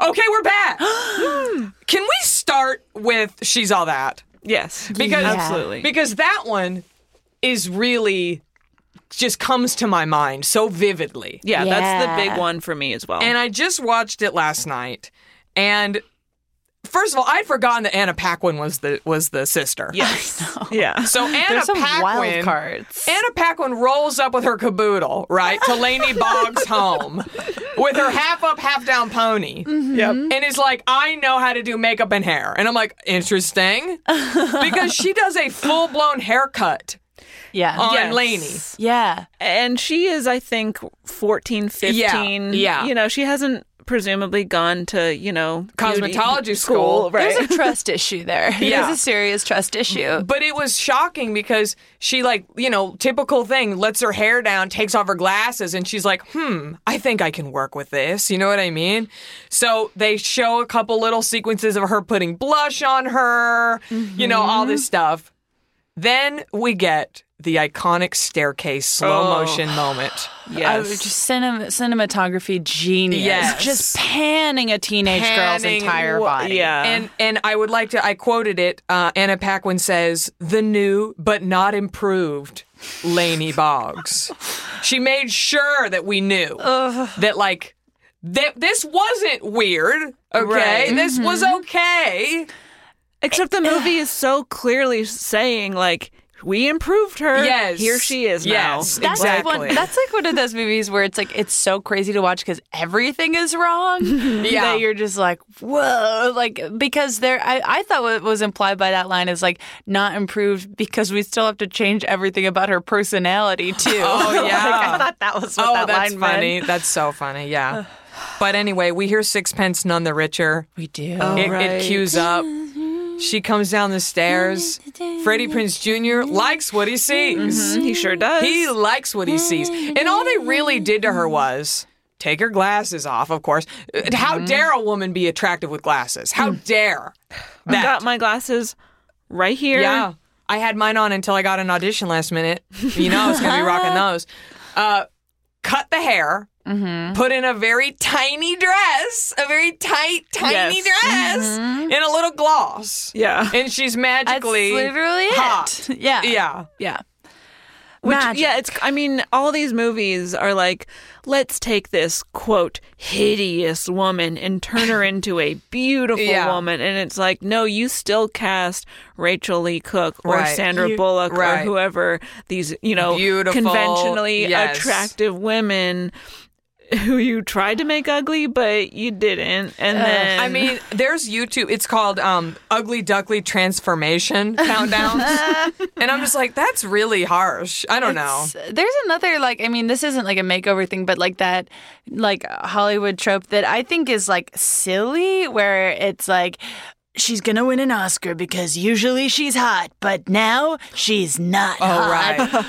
[SPEAKER 2] Okay, we're back. *gasps* Can we start with She's All That?
[SPEAKER 4] yes,
[SPEAKER 2] Because
[SPEAKER 4] absolutely.
[SPEAKER 2] Because that one is really just comes to my mind so vividly.
[SPEAKER 4] yeah, that's the
[SPEAKER 3] Yeah.
[SPEAKER 4] big one for me as well.
[SPEAKER 2] And I just watched it last night. And first of all, I'd forgotten that Anna Paquin was the was the sister. *laughs*
[SPEAKER 4] yes,
[SPEAKER 3] *laughs*
[SPEAKER 4] yeah,
[SPEAKER 2] So Anna
[SPEAKER 3] There's some
[SPEAKER 2] Paquin
[SPEAKER 3] wild cards.
[SPEAKER 2] Anna Paquin rolls up with her caboodle, right, to
[SPEAKER 3] *laughs*
[SPEAKER 2] Laney Boggs' home with her half up, half down pony.
[SPEAKER 3] Mm-hmm.
[SPEAKER 2] Yep. And is like, I know how to do makeup and hair. And I'm like,
[SPEAKER 3] *laughs*
[SPEAKER 2] interesting. because she does a full blown haircut
[SPEAKER 3] Yeah.
[SPEAKER 2] on
[SPEAKER 4] Yes.
[SPEAKER 2] Laney.
[SPEAKER 3] yeah.
[SPEAKER 4] and she is, I think, 14, 15.
[SPEAKER 2] yeah.
[SPEAKER 4] you know, she hasn't presumably gone to you know beauty
[SPEAKER 2] Cosmetology school.
[SPEAKER 4] school, right?
[SPEAKER 3] There's a trust issue there. *laughs*
[SPEAKER 2] Yeah.
[SPEAKER 3] There's a serious trust issue.
[SPEAKER 2] *laughs* But it was shocking because she, like, you know, typical thing, lets her hair down, takes off her glasses, and she's like, hmm, I think I can work with this. You know what I mean? So they show a couple little sequences of her putting blush on her, you know, all
[SPEAKER 4] Mm-hmm.
[SPEAKER 2] this stuff. Then we get the iconic staircase slow
[SPEAKER 4] Oh.
[SPEAKER 2] motion moment.
[SPEAKER 3] I
[SPEAKER 4] *sighs* yes,
[SPEAKER 3] was just cinema, cinematography genius.
[SPEAKER 2] Yes.
[SPEAKER 3] Just panning a teenage
[SPEAKER 2] Panning
[SPEAKER 3] girl's entire
[SPEAKER 2] wha-
[SPEAKER 3] body.
[SPEAKER 4] yeah,
[SPEAKER 2] and and I would like to. I quoted it. Uh, Anna Paquin says, "The new but not improved Lainey Boggs." she made sure that we knew that like that this wasn't weird. Okay,
[SPEAKER 4] Right.
[SPEAKER 2] this was okay.
[SPEAKER 4] Except the movie is so clearly saying like we improved her.
[SPEAKER 2] Yes.
[SPEAKER 4] here she is
[SPEAKER 2] Yes.
[SPEAKER 4] now.
[SPEAKER 3] That's like
[SPEAKER 2] Exactly.
[SPEAKER 3] one, that's like one of those movies where it's like it's so crazy to watch because everything is *laughs* wrong. yeah, that you're just like whoa, like because there. I, I thought what was implied by that line is like not improved because we still have to change everything about her personality
[SPEAKER 2] *laughs*
[SPEAKER 3] too.
[SPEAKER 2] Oh,
[SPEAKER 3] Like,
[SPEAKER 2] yeah.
[SPEAKER 3] I thought that was what
[SPEAKER 2] oh,
[SPEAKER 3] that
[SPEAKER 2] that's
[SPEAKER 3] line
[SPEAKER 2] funny.
[SPEAKER 3] meant.
[SPEAKER 2] That's so funny.
[SPEAKER 3] *sighs*
[SPEAKER 2] Yeah. But anyway, we hear sixpence none the richer.
[SPEAKER 3] We do.
[SPEAKER 2] It,
[SPEAKER 4] right.
[SPEAKER 2] it cues up. She comes down the stairs. Freddie Prince Jr. likes what he sees.
[SPEAKER 4] Mm-hmm. He sure does.
[SPEAKER 2] He likes what he sees. And all they really did to her was take her glasses off, of course. Uh,
[SPEAKER 3] Mm-hmm.
[SPEAKER 2] How dare a woman be attractive with glasses? How
[SPEAKER 3] Mm.
[SPEAKER 2] dare
[SPEAKER 4] I
[SPEAKER 2] that?
[SPEAKER 4] got my glasses right here.
[SPEAKER 2] yeah.
[SPEAKER 3] *laughs*
[SPEAKER 2] I had mine on until I got an audition last minute. You know, I was going to be rocking those. Uh, cut the hair,
[SPEAKER 3] Mm-hmm.
[SPEAKER 2] put in a very tiny dress, a very tight, tiny
[SPEAKER 4] Yes.
[SPEAKER 2] dress,
[SPEAKER 3] Mm-hmm.
[SPEAKER 2] and a little gloss.
[SPEAKER 4] Yeah.
[SPEAKER 2] And she's
[SPEAKER 3] That's
[SPEAKER 2] magically
[SPEAKER 3] literally
[SPEAKER 2] hot.
[SPEAKER 3] it. Yeah.
[SPEAKER 2] Yeah.
[SPEAKER 3] Yeah.
[SPEAKER 4] Which,
[SPEAKER 3] Magic.
[SPEAKER 4] yeah, it's, I mean, all these movies are like, let's take this, quote, hideous woman and turn
[SPEAKER 2] *laughs*
[SPEAKER 4] her into a beautiful
[SPEAKER 2] Yeah.
[SPEAKER 4] woman. And it's like, no, you still cast Rachel Lee Cook or
[SPEAKER 2] Right.
[SPEAKER 4] Sandra Bullock
[SPEAKER 2] right.
[SPEAKER 4] or whoever these, you know,
[SPEAKER 2] Beautiful,
[SPEAKER 4] conventionally
[SPEAKER 2] yes.
[SPEAKER 4] attractive women who you tried to make ugly, but you didn't. And then,
[SPEAKER 2] I mean, there's YouTube. It's called um, Ugly Duckly
[SPEAKER 3] *laughs*
[SPEAKER 2] Transformation Countdowns. and I'm just like, that's really harsh. I don't know.
[SPEAKER 3] It's- There's another like I mean this isn't like a makeover thing but like that like Hollywood trope that I think is like silly where it's like she's going to win an Oscar because usually she's hot but now she's not
[SPEAKER 2] Oh,
[SPEAKER 3] hot.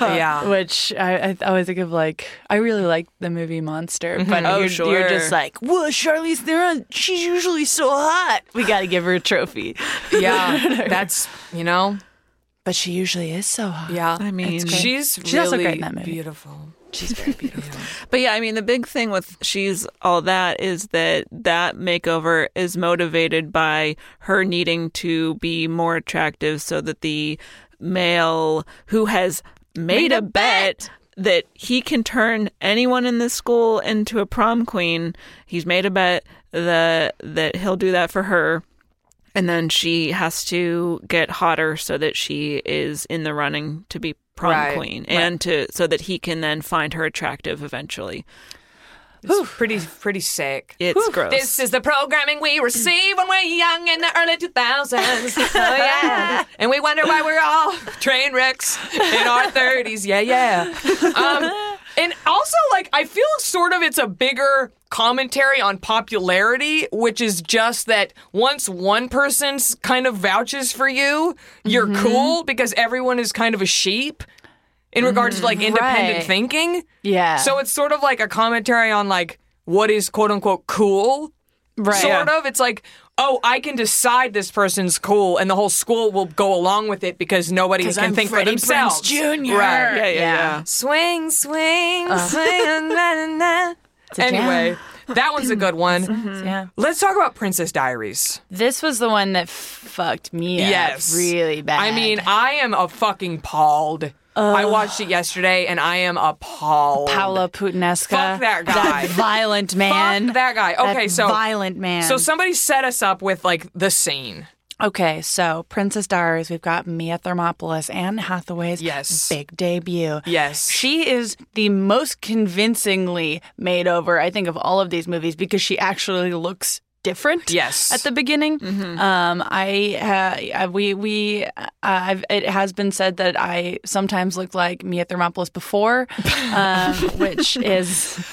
[SPEAKER 2] right.
[SPEAKER 3] *laughs*
[SPEAKER 2] yeah.
[SPEAKER 3] Which I, I always think of like I really like the movie Monster, but
[SPEAKER 4] Oh,
[SPEAKER 3] you're, you're
[SPEAKER 4] sure.
[SPEAKER 3] just like, whoa, Charlize Theron, she's usually so hot. We gotta give her a trophy, *laughs*
[SPEAKER 2] Yeah. That's, you know,
[SPEAKER 3] but she usually is so hot.
[SPEAKER 2] yeah.
[SPEAKER 4] I mean,
[SPEAKER 2] she's,
[SPEAKER 3] She's
[SPEAKER 2] really
[SPEAKER 3] also great in that movie.
[SPEAKER 2] beautiful.
[SPEAKER 3] She's very beautiful.
[SPEAKER 4] But yeah, I mean, the big thing with she's all that is that that makeover is motivated by her needing to be more attractive so that the male who has made, a bet. That he can turn anyone in this school into a prom queen. He's made a bet that that he'll do that for her, and then she has to get hotter so that she is in the running to be prom
[SPEAKER 2] Right,
[SPEAKER 4] queen, and to so that he can then find her attractive eventually.
[SPEAKER 2] It's pretty, pretty sick.
[SPEAKER 4] It's gross.
[SPEAKER 2] This is the programming we received when we were young in the early
[SPEAKER 4] *laughs*
[SPEAKER 2] 2000s. Oh, yeah. And we wonder why we're all train wrecks in our 30s. Yeah, yeah. Um, and also, like, I feel sort of it's a bigger commentary on popularity, which is just that once one person's kind of vouches for you, you're
[SPEAKER 4] Mm-hmm.
[SPEAKER 2] cool because everyone is kind of a sheep in regards to
[SPEAKER 4] Mm-hmm.
[SPEAKER 2] like independent
[SPEAKER 3] Right.
[SPEAKER 2] thinking.
[SPEAKER 3] Yeah.
[SPEAKER 2] So it's sort of like a commentary on like what is quote unquote cool.
[SPEAKER 3] Right.
[SPEAKER 2] Sort of. It's like, oh, I can decide this person's cool and the whole school will go along with it because nobody can think for themselves.
[SPEAKER 3] Junior.
[SPEAKER 2] Right.
[SPEAKER 4] yeah, yeah, yeah.
[SPEAKER 2] Swing, swing, swing, na, na, na. Anyway, mm. that one's a good one.
[SPEAKER 3] Yeah.
[SPEAKER 2] Let's talk about Princess Diaries.
[SPEAKER 3] This was the one that fucked me
[SPEAKER 2] Yes.
[SPEAKER 3] up really bad.
[SPEAKER 2] I mean, I am a fucking appalled. I watched it yesterday and I am appalled.
[SPEAKER 3] Paolo Putinesca.
[SPEAKER 2] Fuck that guy.
[SPEAKER 3] violent man.
[SPEAKER 2] Fuck that guy.
[SPEAKER 3] That
[SPEAKER 2] Okay, so
[SPEAKER 3] violent man.
[SPEAKER 2] So somebody set us up with like the scene.
[SPEAKER 3] okay, so Princess Diaries. We've got Mia Thermopolis, Anne Hathaway's
[SPEAKER 2] Yes.
[SPEAKER 3] big debut.
[SPEAKER 2] Yes.
[SPEAKER 3] She is the most convincingly made over, I think, of all of these movies because she actually looks different.
[SPEAKER 2] Yes. Mm-hmm.
[SPEAKER 3] At the beginning, um, I uh, we we uh, I've, it has been said that I sometimes look like Mia
[SPEAKER 2] *laughs*
[SPEAKER 3] Thermopolis before, um, which is very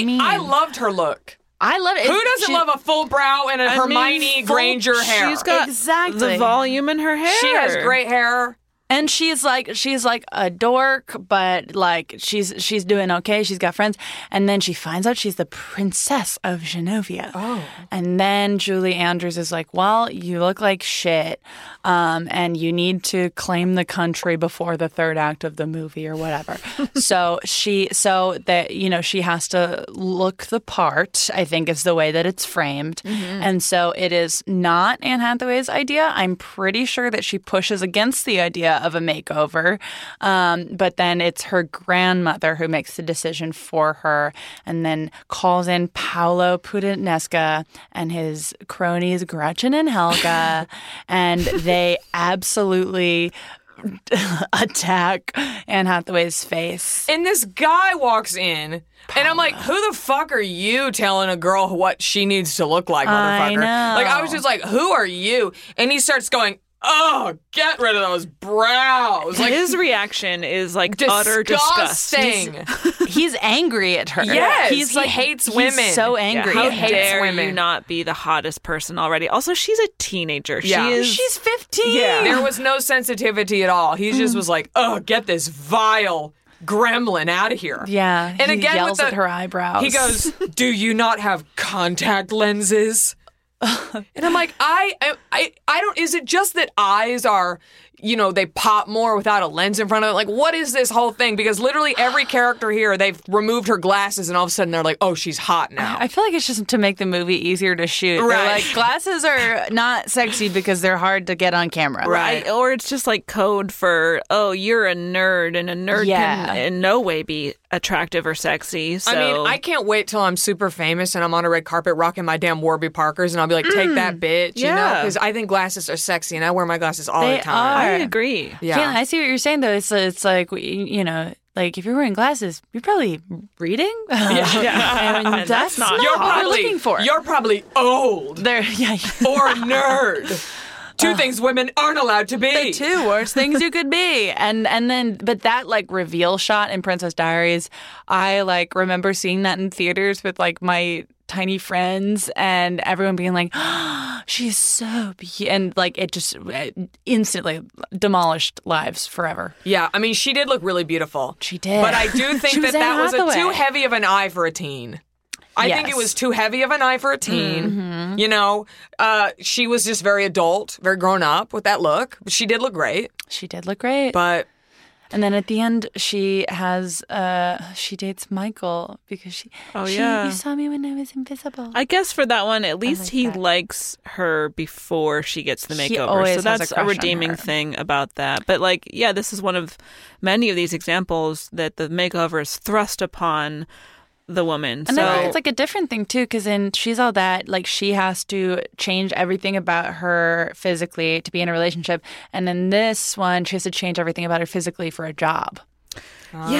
[SPEAKER 2] She,
[SPEAKER 3] mean.
[SPEAKER 2] I loved her look.
[SPEAKER 3] I love it.
[SPEAKER 2] Who doesn't
[SPEAKER 3] She-
[SPEAKER 2] love a full brow and a
[SPEAKER 4] I mean,
[SPEAKER 2] Hermione
[SPEAKER 4] full-
[SPEAKER 2] Granger hair?
[SPEAKER 4] She's got
[SPEAKER 3] Exactly.
[SPEAKER 4] the volume in her hair.
[SPEAKER 2] she has great hair.
[SPEAKER 3] And she's like she's like a dork, but like she's she's doing okay. She's got friends, and then she finds out she's the princess of Genovia. Oh, and then Julie Andrews is like, "Well, you look like shit, um, and you need to claim the country before the third act of the movie or whatever." so she so that you know she has to look the part. I think is the way that it's framed,
[SPEAKER 2] Mm-hmm.
[SPEAKER 3] and so it is not Anne Hathaway's idea. I'm pretty sure that she pushes against the idea of a makeover, um, but then it's her grandmother who makes the decision for her, and then calls in Paolo Pudinesca and his cronies Gretchen
[SPEAKER 2] *laughs*
[SPEAKER 3] and Helga, and they absolutely *laughs* attack Anne Hathaway's face.
[SPEAKER 2] And this guy walks in, and I'm like, who the fuck are you telling a girl what she needs to look like,
[SPEAKER 3] I
[SPEAKER 2] motherfucker? Like, I was
[SPEAKER 3] know.
[SPEAKER 2] just like, who are you? And he starts going, oh, get rid of those brows. Like,
[SPEAKER 4] His reaction is like utter disgust.
[SPEAKER 2] disgusting.
[SPEAKER 3] He's angry at her.
[SPEAKER 2] Yes,
[SPEAKER 3] he's
[SPEAKER 2] he
[SPEAKER 3] like
[SPEAKER 2] hates
[SPEAKER 3] he's
[SPEAKER 2] women.
[SPEAKER 3] so
[SPEAKER 2] Yeah.
[SPEAKER 3] angry.
[SPEAKER 4] How
[SPEAKER 3] at her.
[SPEAKER 2] hates
[SPEAKER 4] dare
[SPEAKER 2] women.
[SPEAKER 4] you not be the hottest person already? Also, she's a teenager.
[SPEAKER 2] Yeah.
[SPEAKER 4] She is.
[SPEAKER 3] She's fifteen. Mm.
[SPEAKER 2] There was no sensitivity at all. He just was like, "Oh, get this vile gremlin out of here."
[SPEAKER 3] Yeah,
[SPEAKER 2] and
[SPEAKER 3] he
[SPEAKER 2] again with
[SPEAKER 3] yells
[SPEAKER 2] the,
[SPEAKER 3] *laughs* at her eyebrows. *laughs*
[SPEAKER 2] He goes, "Do you not have contact lenses?" And I'm like, I, I- I, I don't. Is it just that eyes are, you know, they pop more without a lens in front of it? Like, what is this whole thing? Because literally every character here, they've removed her glasses, and all of a sudden they're like, oh, she's hot now.
[SPEAKER 3] I feel like it's just to make the movie easier to shoot. They're
[SPEAKER 2] Right.
[SPEAKER 3] like glasses are not sexy because they're hard to get on camera.
[SPEAKER 4] I- or it's just like code for oh you're a nerd and a nerd
[SPEAKER 3] Yeah.
[SPEAKER 4] can in no way be attractive or sexy. So
[SPEAKER 2] I mean, I can't wait till I'm super famous and I'm on a red carpet rocking my damn Warby Parkers, and I'll be like, take
[SPEAKER 3] Mm.
[SPEAKER 2] that, bitch, you know?
[SPEAKER 4] Yeah.
[SPEAKER 2] Because I think glasses are sexy, and I wear my glasses all
[SPEAKER 3] They
[SPEAKER 2] the time.
[SPEAKER 3] are.
[SPEAKER 4] I agree.
[SPEAKER 2] Yeah.
[SPEAKER 3] Caitlin, I see what you're saying though. It's it's like we- you know, like if you're wearing glasses, you're probably reading. Yeah, *laughs*
[SPEAKER 2] *laughs*
[SPEAKER 3] and that's, not,
[SPEAKER 2] You're
[SPEAKER 3] what
[SPEAKER 2] probably
[SPEAKER 3] we're looking for.
[SPEAKER 2] You're probably old
[SPEAKER 3] there, *laughs* yeah,
[SPEAKER 2] or a
[SPEAKER 3] *sighs*
[SPEAKER 2] nerd. Two things women aren't allowed to be.
[SPEAKER 3] *laughs* the two worst things you could be. And and then but that like reveal shot in Princess Diaries, I like remember seeing that in theaters with like my tiny friends and everyone being like, *gasps* oh, she's so beautiful. And like it just uh, instantly demolished lives forever.
[SPEAKER 2] Yeah, I mean, she did look really beautiful.
[SPEAKER 3] She did.
[SPEAKER 2] But I do
[SPEAKER 3] *laughs* She
[SPEAKER 2] think that
[SPEAKER 3] was Anne
[SPEAKER 2] that was a
[SPEAKER 3] Hathaway.
[SPEAKER 2] too heavy of an eye for a teen. I think it
[SPEAKER 3] Yes. Mm-hmm.
[SPEAKER 2] was too heavy of an eye for a teen. You know, uh, she was just very adult, very grown up with that look. She did look great,
[SPEAKER 3] She did look great.
[SPEAKER 2] but
[SPEAKER 3] And then at the end, she has uh she dates Michael because she
[SPEAKER 4] Oh,
[SPEAKER 3] she,
[SPEAKER 4] yeah.
[SPEAKER 3] you saw me when I was invisible.
[SPEAKER 4] I guess for that one, at least
[SPEAKER 3] like
[SPEAKER 4] he
[SPEAKER 3] that.
[SPEAKER 4] likes her before she gets the
[SPEAKER 3] He
[SPEAKER 4] makeover.
[SPEAKER 3] always
[SPEAKER 4] So
[SPEAKER 3] has a
[SPEAKER 4] that's
[SPEAKER 3] crush on her.
[SPEAKER 4] redeeming thing about that. But like, yeah, this is one of many of these examples that the makeover is thrust upon the woman.
[SPEAKER 3] and
[SPEAKER 4] so
[SPEAKER 3] I think it's like a different thing too, because in she's all that like she has to change everything about her physically to be in a relationship, and in this one she has to change everything about her physically for a job.
[SPEAKER 4] yeah,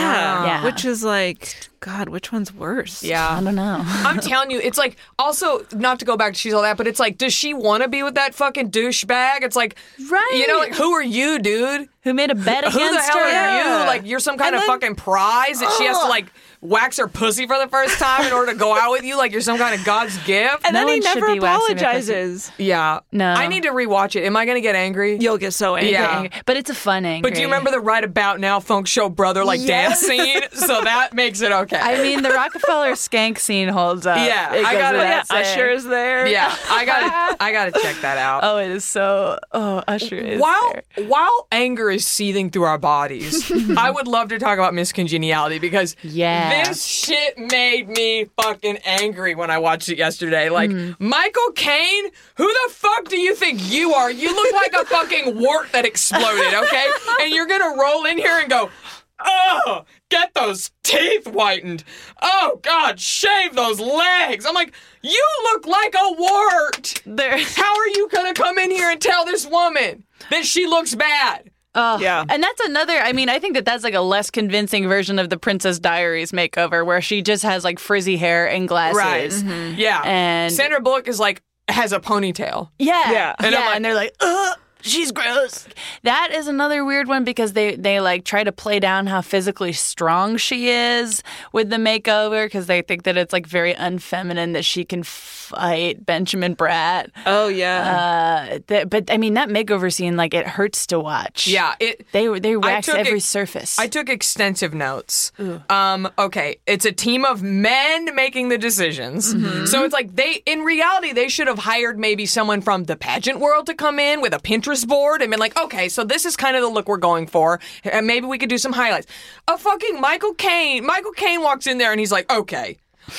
[SPEAKER 3] Yeah.
[SPEAKER 4] which is like, God, which one's worse?
[SPEAKER 2] yeah.
[SPEAKER 3] I don't know.
[SPEAKER 2] I'm telling you, it's like also not to go back to she's all that, but it's like, does she want to be with that fucking douchebag? It's like,
[SPEAKER 3] Right.
[SPEAKER 2] You know, like who are you, dude?
[SPEAKER 3] *laughs* Who made a bet against
[SPEAKER 2] Who the hell
[SPEAKER 3] her?
[SPEAKER 2] are you? Like you're some kind
[SPEAKER 3] And
[SPEAKER 2] of
[SPEAKER 3] then-
[SPEAKER 2] fucking prize that she has to like wax her pussy for the first time in order to go out with you. Like you're some kind of God's gift.
[SPEAKER 4] And
[SPEAKER 3] No
[SPEAKER 4] then he
[SPEAKER 3] one should
[SPEAKER 4] never
[SPEAKER 3] be waxing their pussy.
[SPEAKER 4] apologizes.
[SPEAKER 2] yeah,
[SPEAKER 3] No.
[SPEAKER 2] I need to rewatch it. Am I gonna get angry?
[SPEAKER 4] You'll get so angry.
[SPEAKER 2] Yeah.
[SPEAKER 3] but it's a fun angry.
[SPEAKER 2] But do you remember the right about now funk show brother like dance scene? So that makes it okay.
[SPEAKER 3] *laughs* I mean, the
[SPEAKER 2] *laughs*
[SPEAKER 3] Rockefeller skank scene holds up.
[SPEAKER 2] Yeah, I
[SPEAKER 3] It goes
[SPEAKER 2] gotta-
[SPEAKER 3] without
[SPEAKER 4] Yeah,
[SPEAKER 3] saying.
[SPEAKER 4] Usher is there.
[SPEAKER 2] yeah, I gotta, I gotta check that out.
[SPEAKER 3] Oh, it is so. Oh, Usher is
[SPEAKER 2] while
[SPEAKER 3] there.
[SPEAKER 2] while anger is seething through our
[SPEAKER 3] *laughs*
[SPEAKER 2] bodies, I would love to talk about miscongeniality because
[SPEAKER 3] Yeah.
[SPEAKER 2] this shit made me fucking angry when I watched it yesterday. Like
[SPEAKER 3] Hmm.
[SPEAKER 2] Michael Caine, who the fuck do you think you are? You look like a fucking wart that exploded, okay? And you're gonna roll in here and go. Oh, get those teeth whitened. Oh, God, shave those legs. I'm like, you look like a wart.
[SPEAKER 3] There.
[SPEAKER 2] How are you going to come in here and tell this woman that she looks bad?
[SPEAKER 3] Oh,
[SPEAKER 4] Yeah.
[SPEAKER 3] And that's another, I mean, I think that that's like a less convincing version of the Princess Diaries makeover where she just has like frizzy hair and glasses.
[SPEAKER 2] mm-hmm. Yeah.
[SPEAKER 3] Mm-hmm. And-
[SPEAKER 2] Sandra Bullock is like, has a ponytail.
[SPEAKER 3] Yeah.
[SPEAKER 4] Yeah.
[SPEAKER 3] And,
[SPEAKER 2] And I'm like-
[SPEAKER 3] and they're like, ugh. She's gross. That is another weird one because they they like try to play down how physically strong she is with the makeover because they think that it's like very unfeminine that she can fight Benjamin Bratt.
[SPEAKER 4] Oh yeah.
[SPEAKER 3] Uh, that, but I mean that makeover scene like it hurts to watch.
[SPEAKER 2] Yeah. It.
[SPEAKER 3] They they wax
[SPEAKER 2] took
[SPEAKER 3] every
[SPEAKER 2] it-
[SPEAKER 3] surface.
[SPEAKER 2] I took extensive notes. Um, okay, it's a team of men making the decisions. So it's like they, in reality, they should have hired maybe someone from the pageant world to come in with a Pinterest board and been like, okay, so this is kind of the look we're going for, and maybe we could do some highlights. A fucking Michael Caine. Michael Caine walks in there and he's like, okay,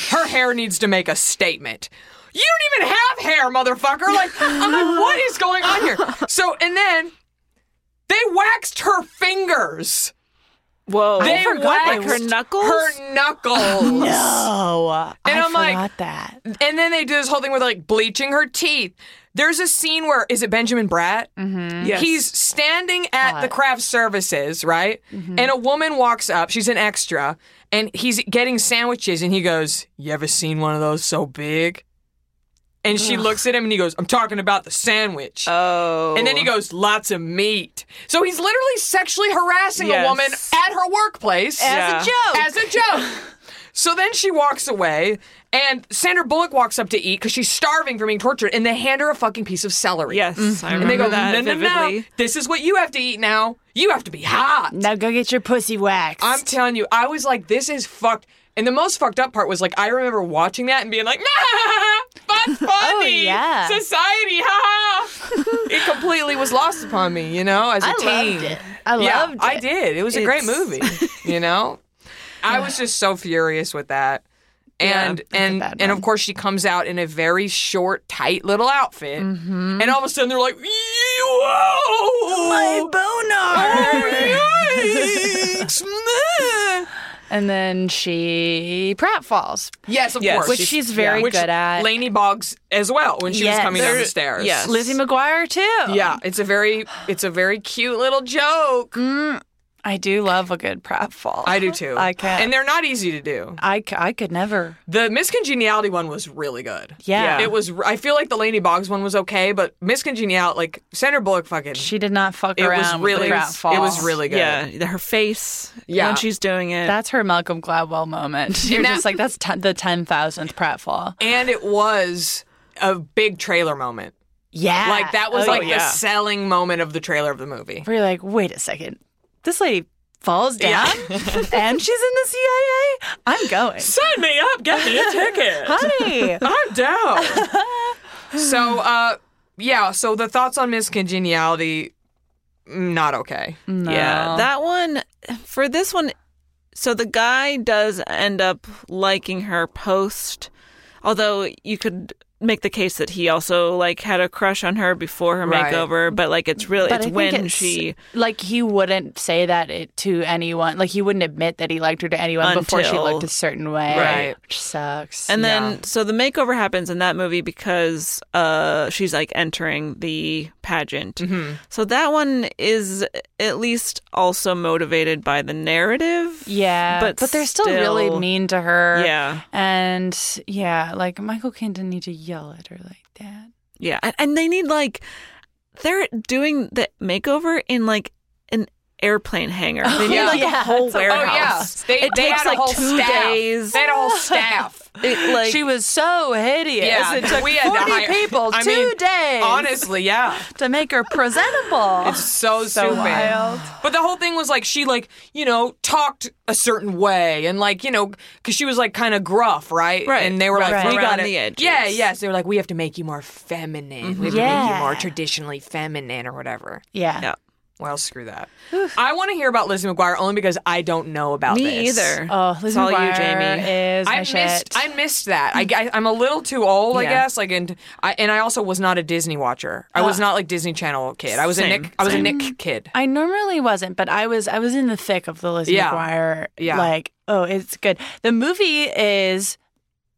[SPEAKER 2] her hair needs to make a statement. You don't even have hair, motherfucker. Like, I'm like, what is going on here? So, and then they waxed her fingers.
[SPEAKER 4] Whoa.
[SPEAKER 2] They
[SPEAKER 3] forgot
[SPEAKER 4] like
[SPEAKER 2] waxed
[SPEAKER 4] her knuckles.
[SPEAKER 2] Her
[SPEAKER 3] *laughs*
[SPEAKER 2] knuckles.
[SPEAKER 3] Oh,
[SPEAKER 2] And
[SPEAKER 3] I
[SPEAKER 2] I'm like-
[SPEAKER 3] forgot that.
[SPEAKER 2] And then they do this whole thing with like bleaching her teeth. There's a scene where is it Benjamin Bratt?
[SPEAKER 4] Yes.
[SPEAKER 2] He's standing at the craft services, right?
[SPEAKER 4] Mm-hmm.
[SPEAKER 2] And a woman walks up. She's an extra, and he's getting sandwiches, and he goes, "You ever seen one of those so big?" And she looks at him, and he goes, "I'm talking about the sandwich."
[SPEAKER 4] Oh.
[SPEAKER 2] And then he goes, lots of meat. So he's literally sexually harassing
[SPEAKER 4] Yes.
[SPEAKER 2] a woman at her workplace.
[SPEAKER 4] As a Yeah.
[SPEAKER 2] joke. As a joke. so then she walks away, and Sandra Bullock walks up to eat because she's starving from being tortured, and they hand her a fucking piece of celery.
[SPEAKER 4] Yes, I remember
[SPEAKER 2] Mm-hmm. And they go,
[SPEAKER 4] that
[SPEAKER 2] no, no,
[SPEAKER 4] vividly.
[SPEAKER 2] no. This is what you have to eat now. You have to be hot.
[SPEAKER 3] Now go get your pussy waxed.
[SPEAKER 2] I'm telling you, I was like, this is fucked. And the most fucked up part was like, I remember watching that and being like, *laughs* nah, fuck not
[SPEAKER 4] *laughs* Oh,
[SPEAKER 2] funny.
[SPEAKER 3] yeah.
[SPEAKER 2] Society, haha. it completely was lost upon me, you know, as a
[SPEAKER 3] I
[SPEAKER 2] teen.
[SPEAKER 3] loved it. I
[SPEAKER 2] yeah,
[SPEAKER 3] loved it.
[SPEAKER 2] I did. It was a great
[SPEAKER 4] It's-
[SPEAKER 3] *laughs*
[SPEAKER 2] movie, you know? I was just so furious with that. And
[SPEAKER 3] Yeah, that's a
[SPEAKER 2] and
[SPEAKER 3] bad
[SPEAKER 2] and
[SPEAKER 3] one.
[SPEAKER 2] of course she comes out in a very short, tight little outfit,
[SPEAKER 3] Mm-hmm.
[SPEAKER 2] and all of a sudden they're like, "Whoa, my *laughs*
[SPEAKER 3] *laughs*
[SPEAKER 2] boner!"
[SPEAKER 3] And then she prat falls,
[SPEAKER 2] yes, of
[SPEAKER 4] Yes.
[SPEAKER 2] course,
[SPEAKER 3] which she's, very
[SPEAKER 2] Which
[SPEAKER 3] good at.
[SPEAKER 2] Lainey Boggs as well when she
[SPEAKER 3] Yes.
[SPEAKER 2] was coming down the
[SPEAKER 3] There-
[SPEAKER 2] stairs.
[SPEAKER 4] yes.
[SPEAKER 3] Lizzie McGuire too.
[SPEAKER 2] Yeah, it's a very it's a very cute little joke.
[SPEAKER 3] Mm-hmm. I do love a good prat fall.
[SPEAKER 2] I do too.
[SPEAKER 3] I can't.
[SPEAKER 2] And they're not easy to do.
[SPEAKER 3] I, c- I could never.
[SPEAKER 2] The miscongeniality one was really good.
[SPEAKER 3] Yeah.
[SPEAKER 2] It was I feel like the Laney Boggs one was okay, but miscongeniality like Sandra Bullock fucking
[SPEAKER 3] She did not fuck
[SPEAKER 2] it
[SPEAKER 3] around
[SPEAKER 2] was
[SPEAKER 3] with
[SPEAKER 2] really
[SPEAKER 3] the prat fall.
[SPEAKER 2] it was really good.
[SPEAKER 4] Yeah, uh, her face
[SPEAKER 2] Yeah.
[SPEAKER 4] when she's doing it.
[SPEAKER 3] That's her Malcolm
[SPEAKER 2] *laughs*
[SPEAKER 3] Gladwell moment. You're just like that's ten, the ten thousandth prat fall.
[SPEAKER 2] And it was a big trailer moment.
[SPEAKER 3] Yeah,
[SPEAKER 2] Like that was
[SPEAKER 3] Oh,
[SPEAKER 2] like
[SPEAKER 3] yeah.
[SPEAKER 2] the selling moment of the trailer of the movie.
[SPEAKER 3] Where you're like, wait a second, this lady falls down
[SPEAKER 2] *laughs*
[SPEAKER 3] and she's in the CIA. I'm going,
[SPEAKER 2] Sign me up, get me a ticket.
[SPEAKER 3] *laughs* honey.
[SPEAKER 2] I'm down. so, uh, yeah. So the thoughts on Miss Congeniality, not okay.
[SPEAKER 4] Yeah, that one for this one. So the guy does end up liking her post, although you could make the case that he also like had a crush on her before her
[SPEAKER 2] Right.
[SPEAKER 4] makeover. But like, it's really
[SPEAKER 3] But I
[SPEAKER 4] it's
[SPEAKER 3] think
[SPEAKER 4] when
[SPEAKER 3] it's-
[SPEAKER 4] she
[SPEAKER 3] like he wouldn't say that it, to anyone. Like he wouldn't admit that he liked her to anyone before she
[SPEAKER 4] Until-
[SPEAKER 3] looked a certain way,
[SPEAKER 2] Right.
[SPEAKER 3] Which sucks.
[SPEAKER 4] and then so the makeover happens in that movie because uh she's like entering the pageant.
[SPEAKER 2] Mm-hmm.
[SPEAKER 4] So that one is at least also motivated by the narrative.
[SPEAKER 3] yeah,
[SPEAKER 4] but
[SPEAKER 3] but, they're still, really
[SPEAKER 4] still-
[SPEAKER 3] mean to her.
[SPEAKER 4] Yeah.
[SPEAKER 3] and yeah, like Michael Caine didn't need to yell at her like that.
[SPEAKER 4] Yeah, and, and they need like they're doing the makeover in like an
[SPEAKER 2] *laughs*
[SPEAKER 4] airplane hangar. They need
[SPEAKER 2] Yeah.
[SPEAKER 4] like
[SPEAKER 3] Yeah,
[SPEAKER 4] a whole
[SPEAKER 3] it's a- oh,
[SPEAKER 4] warehouse.
[SPEAKER 2] They,
[SPEAKER 4] it
[SPEAKER 2] they
[SPEAKER 4] takes
[SPEAKER 2] had a
[SPEAKER 4] like
[SPEAKER 2] whole
[SPEAKER 4] two
[SPEAKER 2] staff.
[SPEAKER 4] days.
[SPEAKER 2] They had a whole
[SPEAKER 3] *laughs*
[SPEAKER 2] staff.
[SPEAKER 4] It, like,
[SPEAKER 3] She was so hideous.
[SPEAKER 2] Yeah,
[SPEAKER 3] it took
[SPEAKER 2] we had to
[SPEAKER 3] forty
[SPEAKER 2] hire-
[SPEAKER 3] people
[SPEAKER 2] I
[SPEAKER 3] two
[SPEAKER 2] mean,
[SPEAKER 3] days
[SPEAKER 2] Honestly, yeah.
[SPEAKER 3] to make her presentable.
[SPEAKER 2] *laughs* It's so, stupid.
[SPEAKER 3] wild.
[SPEAKER 2] But the whole thing was like she like, you know, talked a certain way and like, you know, cuz she was like kind of gruff, right?
[SPEAKER 4] Right,
[SPEAKER 2] And they were
[SPEAKER 4] right.
[SPEAKER 2] like
[SPEAKER 4] Vague
[SPEAKER 2] around
[SPEAKER 4] on
[SPEAKER 2] it.
[SPEAKER 4] the edges.
[SPEAKER 2] Yeah, yes. They were like we have to make you more feminine. We have to make
[SPEAKER 3] Yeah.
[SPEAKER 2] you more traditionally feminine or whatever.
[SPEAKER 3] yeah.
[SPEAKER 4] Yeah.
[SPEAKER 2] Well, screw that. I want to hear about Lizzie McGuire only because I don't know about
[SPEAKER 4] me
[SPEAKER 2] this.
[SPEAKER 4] either.
[SPEAKER 3] Oh,
[SPEAKER 4] it's
[SPEAKER 3] Lizzie
[SPEAKER 4] all you,
[SPEAKER 3] McGuire
[SPEAKER 4] Jamie.
[SPEAKER 3] is my
[SPEAKER 2] I missed.
[SPEAKER 3] shit.
[SPEAKER 2] I missed that. I, I, am a little too old, I
[SPEAKER 4] Yeah.
[SPEAKER 2] guess. Like, and I and I also was not a Disney watcher. I was not like Disney Channel kid. I was a
[SPEAKER 4] Same,
[SPEAKER 2] Nick. I was a Nick kid.
[SPEAKER 3] I normally wasn't, but I was I was in the thick of the Lizzie
[SPEAKER 2] Yeah.
[SPEAKER 3] McGuire.
[SPEAKER 2] Yeah.
[SPEAKER 3] Like, oh, it's good. The movie is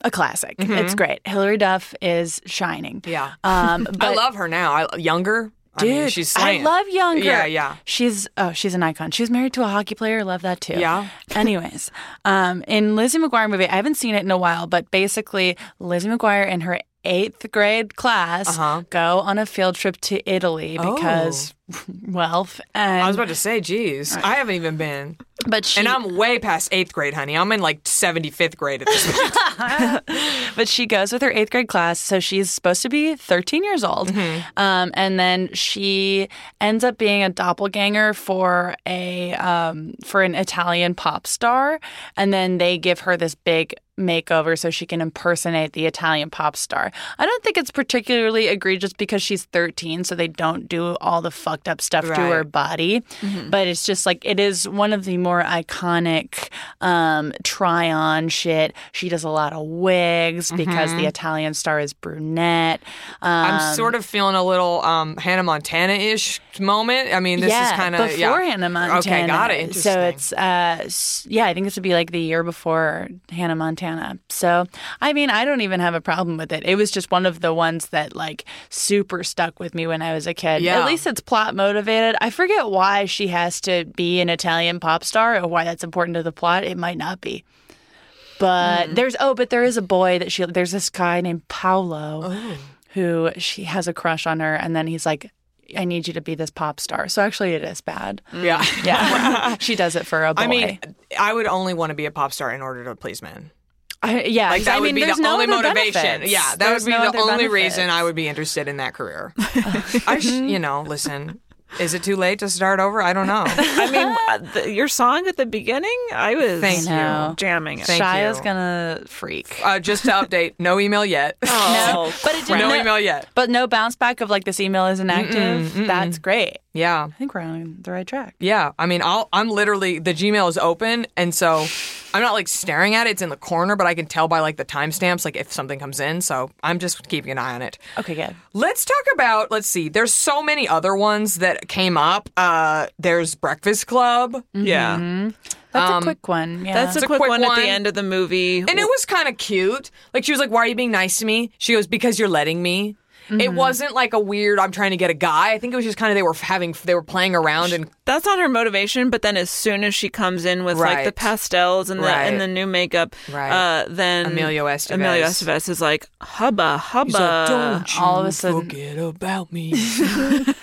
[SPEAKER 3] a classic. It's great. Hilary Duff is shining.
[SPEAKER 2] Mm-hmm. Yeah.
[SPEAKER 3] Um
[SPEAKER 2] *laughs*
[SPEAKER 3] but
[SPEAKER 2] I love her now. I, younger,
[SPEAKER 3] Dude,
[SPEAKER 2] I mean, she's
[SPEAKER 3] I
[SPEAKER 2] slaying.
[SPEAKER 3] love younger.
[SPEAKER 2] Yeah, yeah.
[SPEAKER 3] She's oh, she's an icon. She was married to a hockey player. Love that too.
[SPEAKER 2] Yeah.
[SPEAKER 3] *laughs* Anyways, um, in Lizzie McGuire movie, I haven't seen it in a while, but basically, Lizzie McGuire and her eighth grade class
[SPEAKER 2] Uh-huh. Oh.
[SPEAKER 3] go on a field trip to Italy because *laughs* wealth and
[SPEAKER 2] I was about to say, geez, I haven't even been,
[SPEAKER 3] but she
[SPEAKER 2] and I'm way past eighth grade, honey. I'm in like seventy fifth grade at this
[SPEAKER 3] *laughs*
[SPEAKER 2] point.
[SPEAKER 3] but she goes with her eighth grade class, so she's supposed to be 13 years old. Um, and then she ends up being a doppelganger for a um, for an Italian pop star, and then they give her this big makeover so she can impersonate the Italian pop star. I don't think it's particularly egregious because she's 13, so they don't do all the fucked up stuff to
[SPEAKER 2] Right.
[SPEAKER 3] her body.
[SPEAKER 2] Mm-hmm.
[SPEAKER 3] But it's just like it is one of the more iconic um, try on shit. She does a lot of wigs because the Italian star is brunette. Um,
[SPEAKER 2] Mm-hmm. I'm sort of feeling a little um, Hannah Montana ish moment. I mean, this
[SPEAKER 3] yeah,
[SPEAKER 2] is kind of
[SPEAKER 3] before
[SPEAKER 2] yeah.
[SPEAKER 3] Hannah Montana.
[SPEAKER 2] Okay, got it.
[SPEAKER 3] So
[SPEAKER 2] Interesting.
[SPEAKER 3] it's uh, s- yeah, I think this would be like the year before Hannah Montana. So I mean, I don't even have a problem with it. It was just one of the ones that like super stuck with me when I was a kid.
[SPEAKER 2] Yeah.
[SPEAKER 3] At least it's plot motivated. I forget why she has to be an Italian pop star or why that's important to the plot. It might not be. But there's oh, but there is a boy that she there's this guy named Paolo who she has a crush on her, and then he's like, I need you to be this pop star. So actually, it is bad.
[SPEAKER 2] yeah.
[SPEAKER 3] *laughs* Yeah, she does it for a mm,
[SPEAKER 2] *laughs*
[SPEAKER 3] boy.
[SPEAKER 2] I mean, I would only want to be a pop star in order to please men.
[SPEAKER 3] I- yeah,
[SPEAKER 2] Like that
[SPEAKER 3] I
[SPEAKER 2] would
[SPEAKER 3] mean,
[SPEAKER 2] be
[SPEAKER 3] there's
[SPEAKER 2] the
[SPEAKER 3] no
[SPEAKER 2] only
[SPEAKER 3] other
[SPEAKER 2] motivation.
[SPEAKER 3] benefits.
[SPEAKER 2] Yeah, that
[SPEAKER 3] There's
[SPEAKER 2] would be
[SPEAKER 3] no
[SPEAKER 2] the
[SPEAKER 3] other
[SPEAKER 2] only
[SPEAKER 3] benefits. *laughs*
[SPEAKER 2] reason I would be interested in that career. I, sh- you know, listen, Is it too late to start over? I don't
[SPEAKER 3] *laughs*
[SPEAKER 2] know.
[SPEAKER 4] I mean, uh, the, your song at the beginning, I was
[SPEAKER 2] Thank you.
[SPEAKER 3] No.
[SPEAKER 4] jamming it.
[SPEAKER 2] Thank
[SPEAKER 3] Shia's
[SPEAKER 2] you.
[SPEAKER 3] gonna freak.
[SPEAKER 2] Uh, just to update, no email yet.
[SPEAKER 3] Oh, no, but it
[SPEAKER 2] *laughs*
[SPEAKER 3] didn't.
[SPEAKER 2] No email yet.
[SPEAKER 3] But no bounce back of like this email is inactive. That's great.
[SPEAKER 2] Yeah.
[SPEAKER 3] I think we're on the right track.
[SPEAKER 2] Yeah, I mean, I'll, I'm literally the Gmail is open, and so I'm not like staring at it. It's in the corner, but I can tell by like the timestamps, like if something comes in. So I'm just keeping an eye on it.
[SPEAKER 3] Okay, good.
[SPEAKER 2] Let's talk about. Let's see. There's so many other ones that came up. Uh, there's Breakfast Club,
[SPEAKER 4] Yeah.
[SPEAKER 3] Mm-hmm. Um, That's a quick one. Yeah.
[SPEAKER 4] That's
[SPEAKER 2] It's
[SPEAKER 4] a, quick, one, at the end of the movie.
[SPEAKER 2] and it was kind of cute. Like she was like, "Why are you being nice to me?" She goes, "Because you're letting me." It
[SPEAKER 3] Mm-hmm.
[SPEAKER 2] wasn't like a weird. I'm trying to get a guy. I think it was just kind of they were having they were playing around and
[SPEAKER 4] That's not her motivation, but then as soon as she comes in with like the
[SPEAKER 2] Right.
[SPEAKER 4] pastels and the
[SPEAKER 2] Right.
[SPEAKER 4] and the new makeup,
[SPEAKER 2] Right.
[SPEAKER 4] uh, then
[SPEAKER 2] Emilio Estevez.
[SPEAKER 4] Emilio Estevez is like hubba hubba.
[SPEAKER 2] He's like, don't you
[SPEAKER 3] all of a sudden-
[SPEAKER 2] forget about
[SPEAKER 3] *laughs*
[SPEAKER 2] me.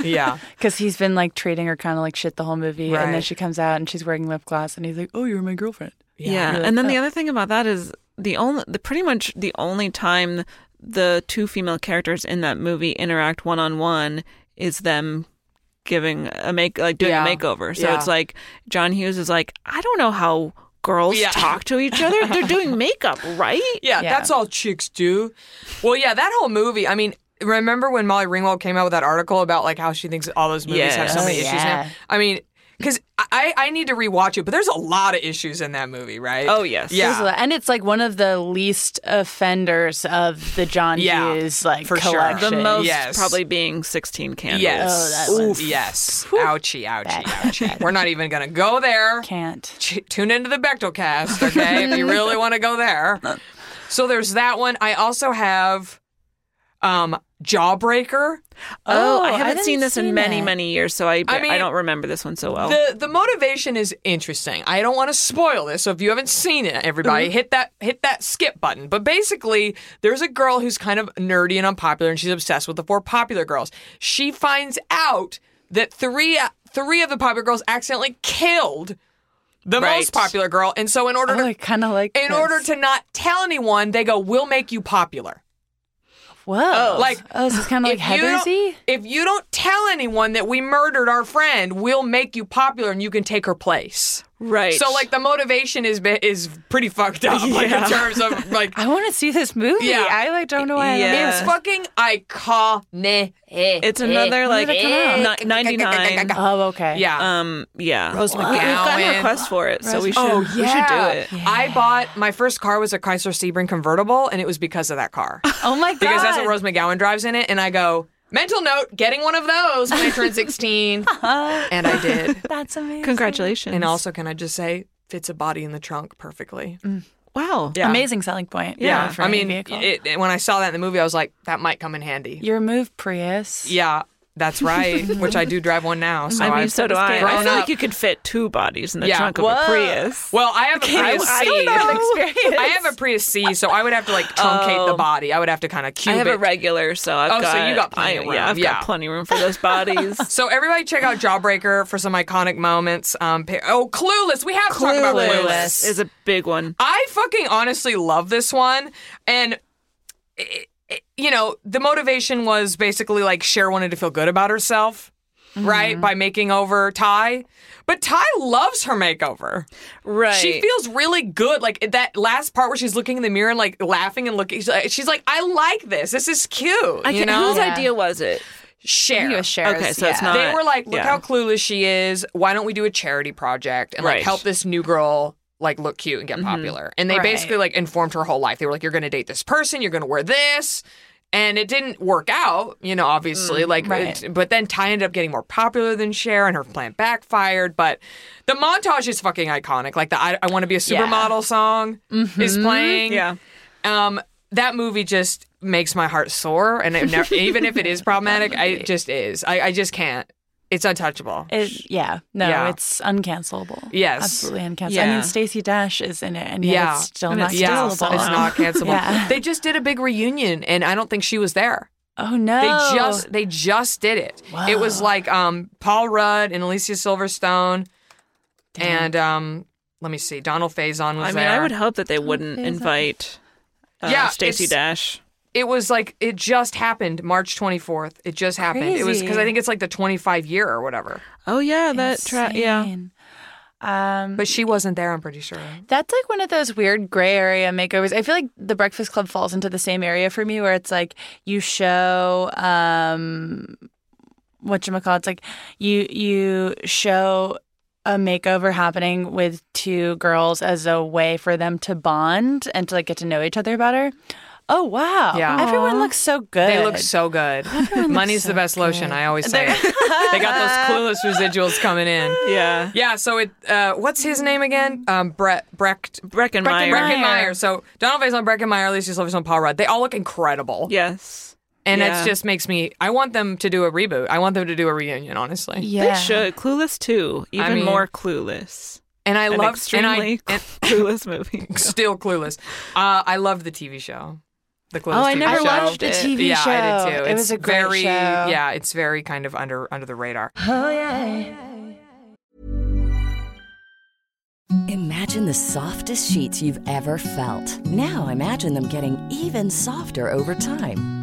[SPEAKER 2] yeah.
[SPEAKER 3] because he's been like treating her kind of like shit the whole movie, and then
[SPEAKER 2] Right.
[SPEAKER 3] she comes out and she's wearing lip gloss, and he's like, "Oh, you're my girlfriend."
[SPEAKER 4] yeah. And then the other thing about that is the only the pretty much the only time the two female characters in that movie interact one on one is them giving a make like doing
[SPEAKER 2] Yeah.
[SPEAKER 4] a makeover. So
[SPEAKER 2] Yeah.
[SPEAKER 4] it's like John Hughes is like, I don't know how girls
[SPEAKER 2] Yeah.
[SPEAKER 4] talk to each
[SPEAKER 2] *laughs*
[SPEAKER 4] other. They're doing makeup, right?
[SPEAKER 2] Yeah,
[SPEAKER 3] Yeah.
[SPEAKER 2] that's all chicks do. Well, yeah, that whole movie, I mean, remember when Molly Ringwald came out with that article about like how she thinks all those movies have so
[SPEAKER 4] Yes.
[SPEAKER 2] many
[SPEAKER 3] Oh,
[SPEAKER 2] issues
[SPEAKER 3] yeah.
[SPEAKER 2] now? I mean, because I, I need to rewatch it, but there's a lot of issues in that movie, right?
[SPEAKER 4] Oh, yes.
[SPEAKER 3] There's a
[SPEAKER 2] Yeah.
[SPEAKER 3] lot- and it's like one of the least offenders of the John
[SPEAKER 2] Yeah,
[SPEAKER 3] Hughes like
[SPEAKER 2] for sure.
[SPEAKER 3] collection.
[SPEAKER 4] The most
[SPEAKER 2] Yes.
[SPEAKER 4] probably being 16
[SPEAKER 3] Oh,
[SPEAKER 4] candles.
[SPEAKER 2] Yes.
[SPEAKER 3] that one.
[SPEAKER 2] Oof. Yes. Ouchie, ouchie,
[SPEAKER 3] Bad.
[SPEAKER 2] ouchie. We're not even going to go there.
[SPEAKER 3] can't.
[SPEAKER 2] Ch- tune into the Bechtelcast, okay?
[SPEAKER 3] *laughs*
[SPEAKER 2] if you really want to go there.
[SPEAKER 3] Uh.
[SPEAKER 2] So there's that one. I also have um Jawbreaker.
[SPEAKER 4] Oh, I
[SPEAKER 3] Oh, I
[SPEAKER 4] haven't
[SPEAKER 3] didn't
[SPEAKER 4] seen this
[SPEAKER 3] see
[SPEAKER 4] in many,
[SPEAKER 3] that.
[SPEAKER 4] many years, so I,
[SPEAKER 2] I
[SPEAKER 4] I,
[SPEAKER 2] mean-
[SPEAKER 4] don't remember this one so well.
[SPEAKER 2] The the motivation is interesting. I don't want to spoil this, so if you haven't seen it, everybody hit that hit that skip button. But basically, there's a girl who's kind of nerdy and unpopular, and she's obsessed with the four popular girls. She finds out that three three of the popular girls accidentally killed the most
[SPEAKER 4] Right.
[SPEAKER 2] popular girl, and so in order
[SPEAKER 3] Oh,
[SPEAKER 2] to
[SPEAKER 3] I kind of like.
[SPEAKER 2] in
[SPEAKER 3] this.
[SPEAKER 2] order to not tell anyone, they go, "We'll make you popular."
[SPEAKER 3] whoa,
[SPEAKER 2] like-
[SPEAKER 3] oh, this is kind of like
[SPEAKER 2] you don't-
[SPEAKER 3] Heathersy.
[SPEAKER 2] if you don't tell anyone that we murdered our friend, we'll make you popular and you can take her place.
[SPEAKER 4] right.
[SPEAKER 2] So like the motivation is ba- is pretty fucked up like, in terms
[SPEAKER 4] *laughs*
[SPEAKER 2] of like
[SPEAKER 3] I want to see this movie.
[SPEAKER 2] Yeah.
[SPEAKER 3] I like don't know why. I
[SPEAKER 4] Yeah.
[SPEAKER 2] it's fucking iconic.
[SPEAKER 4] it's another like ni- 99.
[SPEAKER 3] Oh, okay.
[SPEAKER 2] Yeah.
[SPEAKER 4] Um, yeah.
[SPEAKER 2] Rose
[SPEAKER 4] We, have gotten
[SPEAKER 2] McGowan.
[SPEAKER 4] requests for it, so we should,
[SPEAKER 2] Oh yeah,
[SPEAKER 4] we should do it.
[SPEAKER 2] I bought my first car was a Chrysler Sebring convertible, and it was because of that
[SPEAKER 4] *laughs*
[SPEAKER 2] car.
[SPEAKER 3] Oh my god.
[SPEAKER 2] because that's what Rose McGowan drives in it. And I go, mental note, getting one of those when I turn
[SPEAKER 4] *laughs*
[SPEAKER 2] 16. and I did.
[SPEAKER 3] That's amazing.
[SPEAKER 4] Congratulations.
[SPEAKER 2] And also, can I just say, fits a body in the trunk perfectly.
[SPEAKER 4] Mm-hmm. wow.
[SPEAKER 2] Yeah.
[SPEAKER 3] Amazing selling point.
[SPEAKER 2] Yeah.
[SPEAKER 3] for
[SPEAKER 2] I
[SPEAKER 3] any
[SPEAKER 2] mean,
[SPEAKER 3] vehicle.
[SPEAKER 2] it, it- when I saw that in the movie, I was like, that might come in handy.
[SPEAKER 3] your move, Prius.
[SPEAKER 2] Yeah, that's
[SPEAKER 4] *laughs*
[SPEAKER 2] right. which I do drive one now. So
[SPEAKER 4] I mean,
[SPEAKER 2] I've-
[SPEAKER 4] so do I. I
[SPEAKER 2] grown
[SPEAKER 4] feel
[SPEAKER 2] up.
[SPEAKER 4] like you could fit two bodies in the
[SPEAKER 2] Yeah.
[SPEAKER 4] trunk of a
[SPEAKER 3] Whoa.
[SPEAKER 4] Prius.
[SPEAKER 2] Well, *laughs* I have a Prius C.
[SPEAKER 4] I don't know. Experience. Oh.
[SPEAKER 2] I have a Prius C, so I would have to like truncate the body. I would have to kind of
[SPEAKER 4] I
[SPEAKER 2] cube
[SPEAKER 4] have a
[SPEAKER 2] it.
[SPEAKER 4] regular, so I've
[SPEAKER 2] Oh,
[SPEAKER 4] got,
[SPEAKER 2] so you got plenty
[SPEAKER 4] I,
[SPEAKER 2] of room.
[SPEAKER 4] Yeah, I've
[SPEAKER 2] Yeah.
[SPEAKER 4] got plenty of room for
[SPEAKER 2] *laughs*
[SPEAKER 4] those bodies.
[SPEAKER 2] So everybody, check out Jawbreaker for some iconic moments. Um, pa- oh, Clueless. We have to talk about Clueless.
[SPEAKER 4] Clueless is a big one.
[SPEAKER 2] I fucking honestly love this one. And, it, it- you know, the motivation was basically like Cher wanted to feel good about herself,
[SPEAKER 4] Mm-hmm.
[SPEAKER 2] right? By making over Ty. But Ty loves her makeover.
[SPEAKER 4] Right.
[SPEAKER 2] She feels really good. Like that last part where she's looking in the mirror and like laughing and looking. She's like, she's like I like this. This is cute.
[SPEAKER 4] I
[SPEAKER 2] you
[SPEAKER 4] can't-
[SPEAKER 2] know?
[SPEAKER 4] Whose idea was it?
[SPEAKER 2] Cher.
[SPEAKER 3] I think it was Cher's,
[SPEAKER 4] Okay, so
[SPEAKER 3] yeah.
[SPEAKER 4] it's not-
[SPEAKER 2] They were like, look
[SPEAKER 4] yeah.
[SPEAKER 2] how clueless she is. Why don't we do a charity project and
[SPEAKER 4] Right.
[SPEAKER 2] like help this new girl like look cute and get popular? And they
[SPEAKER 3] Mm-hmm. Right.
[SPEAKER 2] basically like informed her whole life. They were like, you're going to date this person, you're going to wear this. And it didn't work out, you know, obviously. like,
[SPEAKER 3] Mm, right.
[SPEAKER 2] it- but then Ty ended up getting more popular than Cher and her plan backfired. But the montage is fucking iconic. Like, the I, I Want to Be a Supermodel song is
[SPEAKER 3] Mm-hmm.
[SPEAKER 2] playing.
[SPEAKER 4] Yeah.
[SPEAKER 2] Um, that movie just makes my heart soar, and it
[SPEAKER 4] *laughs*
[SPEAKER 2] never, even if it is problematic, I it just is. I, I just can't. It's untouchable.
[SPEAKER 3] It, yeah, no,
[SPEAKER 2] Yeah.
[SPEAKER 3] it's uncancelable.
[SPEAKER 2] Yes.
[SPEAKER 3] absolutely uncancelable. I
[SPEAKER 4] Yeah.
[SPEAKER 3] mean, Stacey Dash is in it, and yet
[SPEAKER 2] Yeah.
[SPEAKER 3] it's still
[SPEAKER 4] And
[SPEAKER 3] not
[SPEAKER 4] it's
[SPEAKER 2] yeah,
[SPEAKER 4] still
[SPEAKER 3] cancelable.
[SPEAKER 2] it's not cancelable. *laughs*
[SPEAKER 3] Yeah.
[SPEAKER 2] They just did a big reunion, and I don't think she was there.
[SPEAKER 3] Oh no,
[SPEAKER 2] They just they just did it. It was like um, Paul Rudd and Alicia Silverstone, and um, let me see, Donald Faison was
[SPEAKER 4] I mean,
[SPEAKER 2] there.
[SPEAKER 4] I would hope that they wouldn't invite uh,
[SPEAKER 2] Yeah,
[SPEAKER 4] Stacey
[SPEAKER 2] it's-
[SPEAKER 4] Dash.
[SPEAKER 2] It was like it just happened March 24th. It just happened. It was because I
[SPEAKER 3] Crazy.
[SPEAKER 2] think it's like the 25 year or whatever.
[SPEAKER 4] Oh yeah, that track. Yeah,
[SPEAKER 3] Insane. Um,
[SPEAKER 2] But she wasn't there. I'm pretty sure.
[SPEAKER 3] That's like one of those weird gray area makeovers. I feel like The Breakfast Club falls into the same area for me where it's like you show um what you call it's like you you show a makeover happening with two girls as a way for them to bond and to like get to know each other better. Oh wow.
[SPEAKER 2] Yeah.
[SPEAKER 3] Everyone looks so good.
[SPEAKER 2] They look
[SPEAKER 3] *laughs*
[SPEAKER 2] so good. Money's the best lotion. I always say. it. *laughs* they got those clueless residuals coming in.
[SPEAKER 4] yeah.
[SPEAKER 2] Yeah. So it. Uh, what's his name again? Um, Brett Brecht.
[SPEAKER 4] Breckenmeyer.
[SPEAKER 2] Breckenmeyer. So Donald Faison, Breckenmeyer, Alicia Silverstone, Paul Rudd. They all look incredible.
[SPEAKER 4] Yes.
[SPEAKER 2] And
[SPEAKER 4] Yeah.
[SPEAKER 2] that just makes me. I want them to do a reboot. I want them to do a reunion, honestly.
[SPEAKER 3] yeah.
[SPEAKER 4] They should. Clueless too. Even
[SPEAKER 2] mean-
[SPEAKER 4] more clueless.
[SPEAKER 2] And I
[SPEAKER 4] An
[SPEAKER 2] love.
[SPEAKER 4] extremely
[SPEAKER 2] *laughs* And I, and
[SPEAKER 4] *laughs* clueless movie.
[SPEAKER 2] *laughs* still clueless. Uh, I love the TV show. The Clueless
[SPEAKER 3] Oh,
[SPEAKER 4] I
[SPEAKER 2] TV
[SPEAKER 4] never
[SPEAKER 2] show.
[SPEAKER 4] watched the
[SPEAKER 3] TV
[SPEAKER 2] yeah, I did
[SPEAKER 3] show.
[SPEAKER 2] too.
[SPEAKER 3] It
[SPEAKER 2] It's
[SPEAKER 3] was a great
[SPEAKER 2] very,
[SPEAKER 3] show.
[SPEAKER 2] Yeah, it's very kind of under under the radar.
[SPEAKER 5] Imagine the softest sheets you've ever felt. Now imagine them getting even softer over time.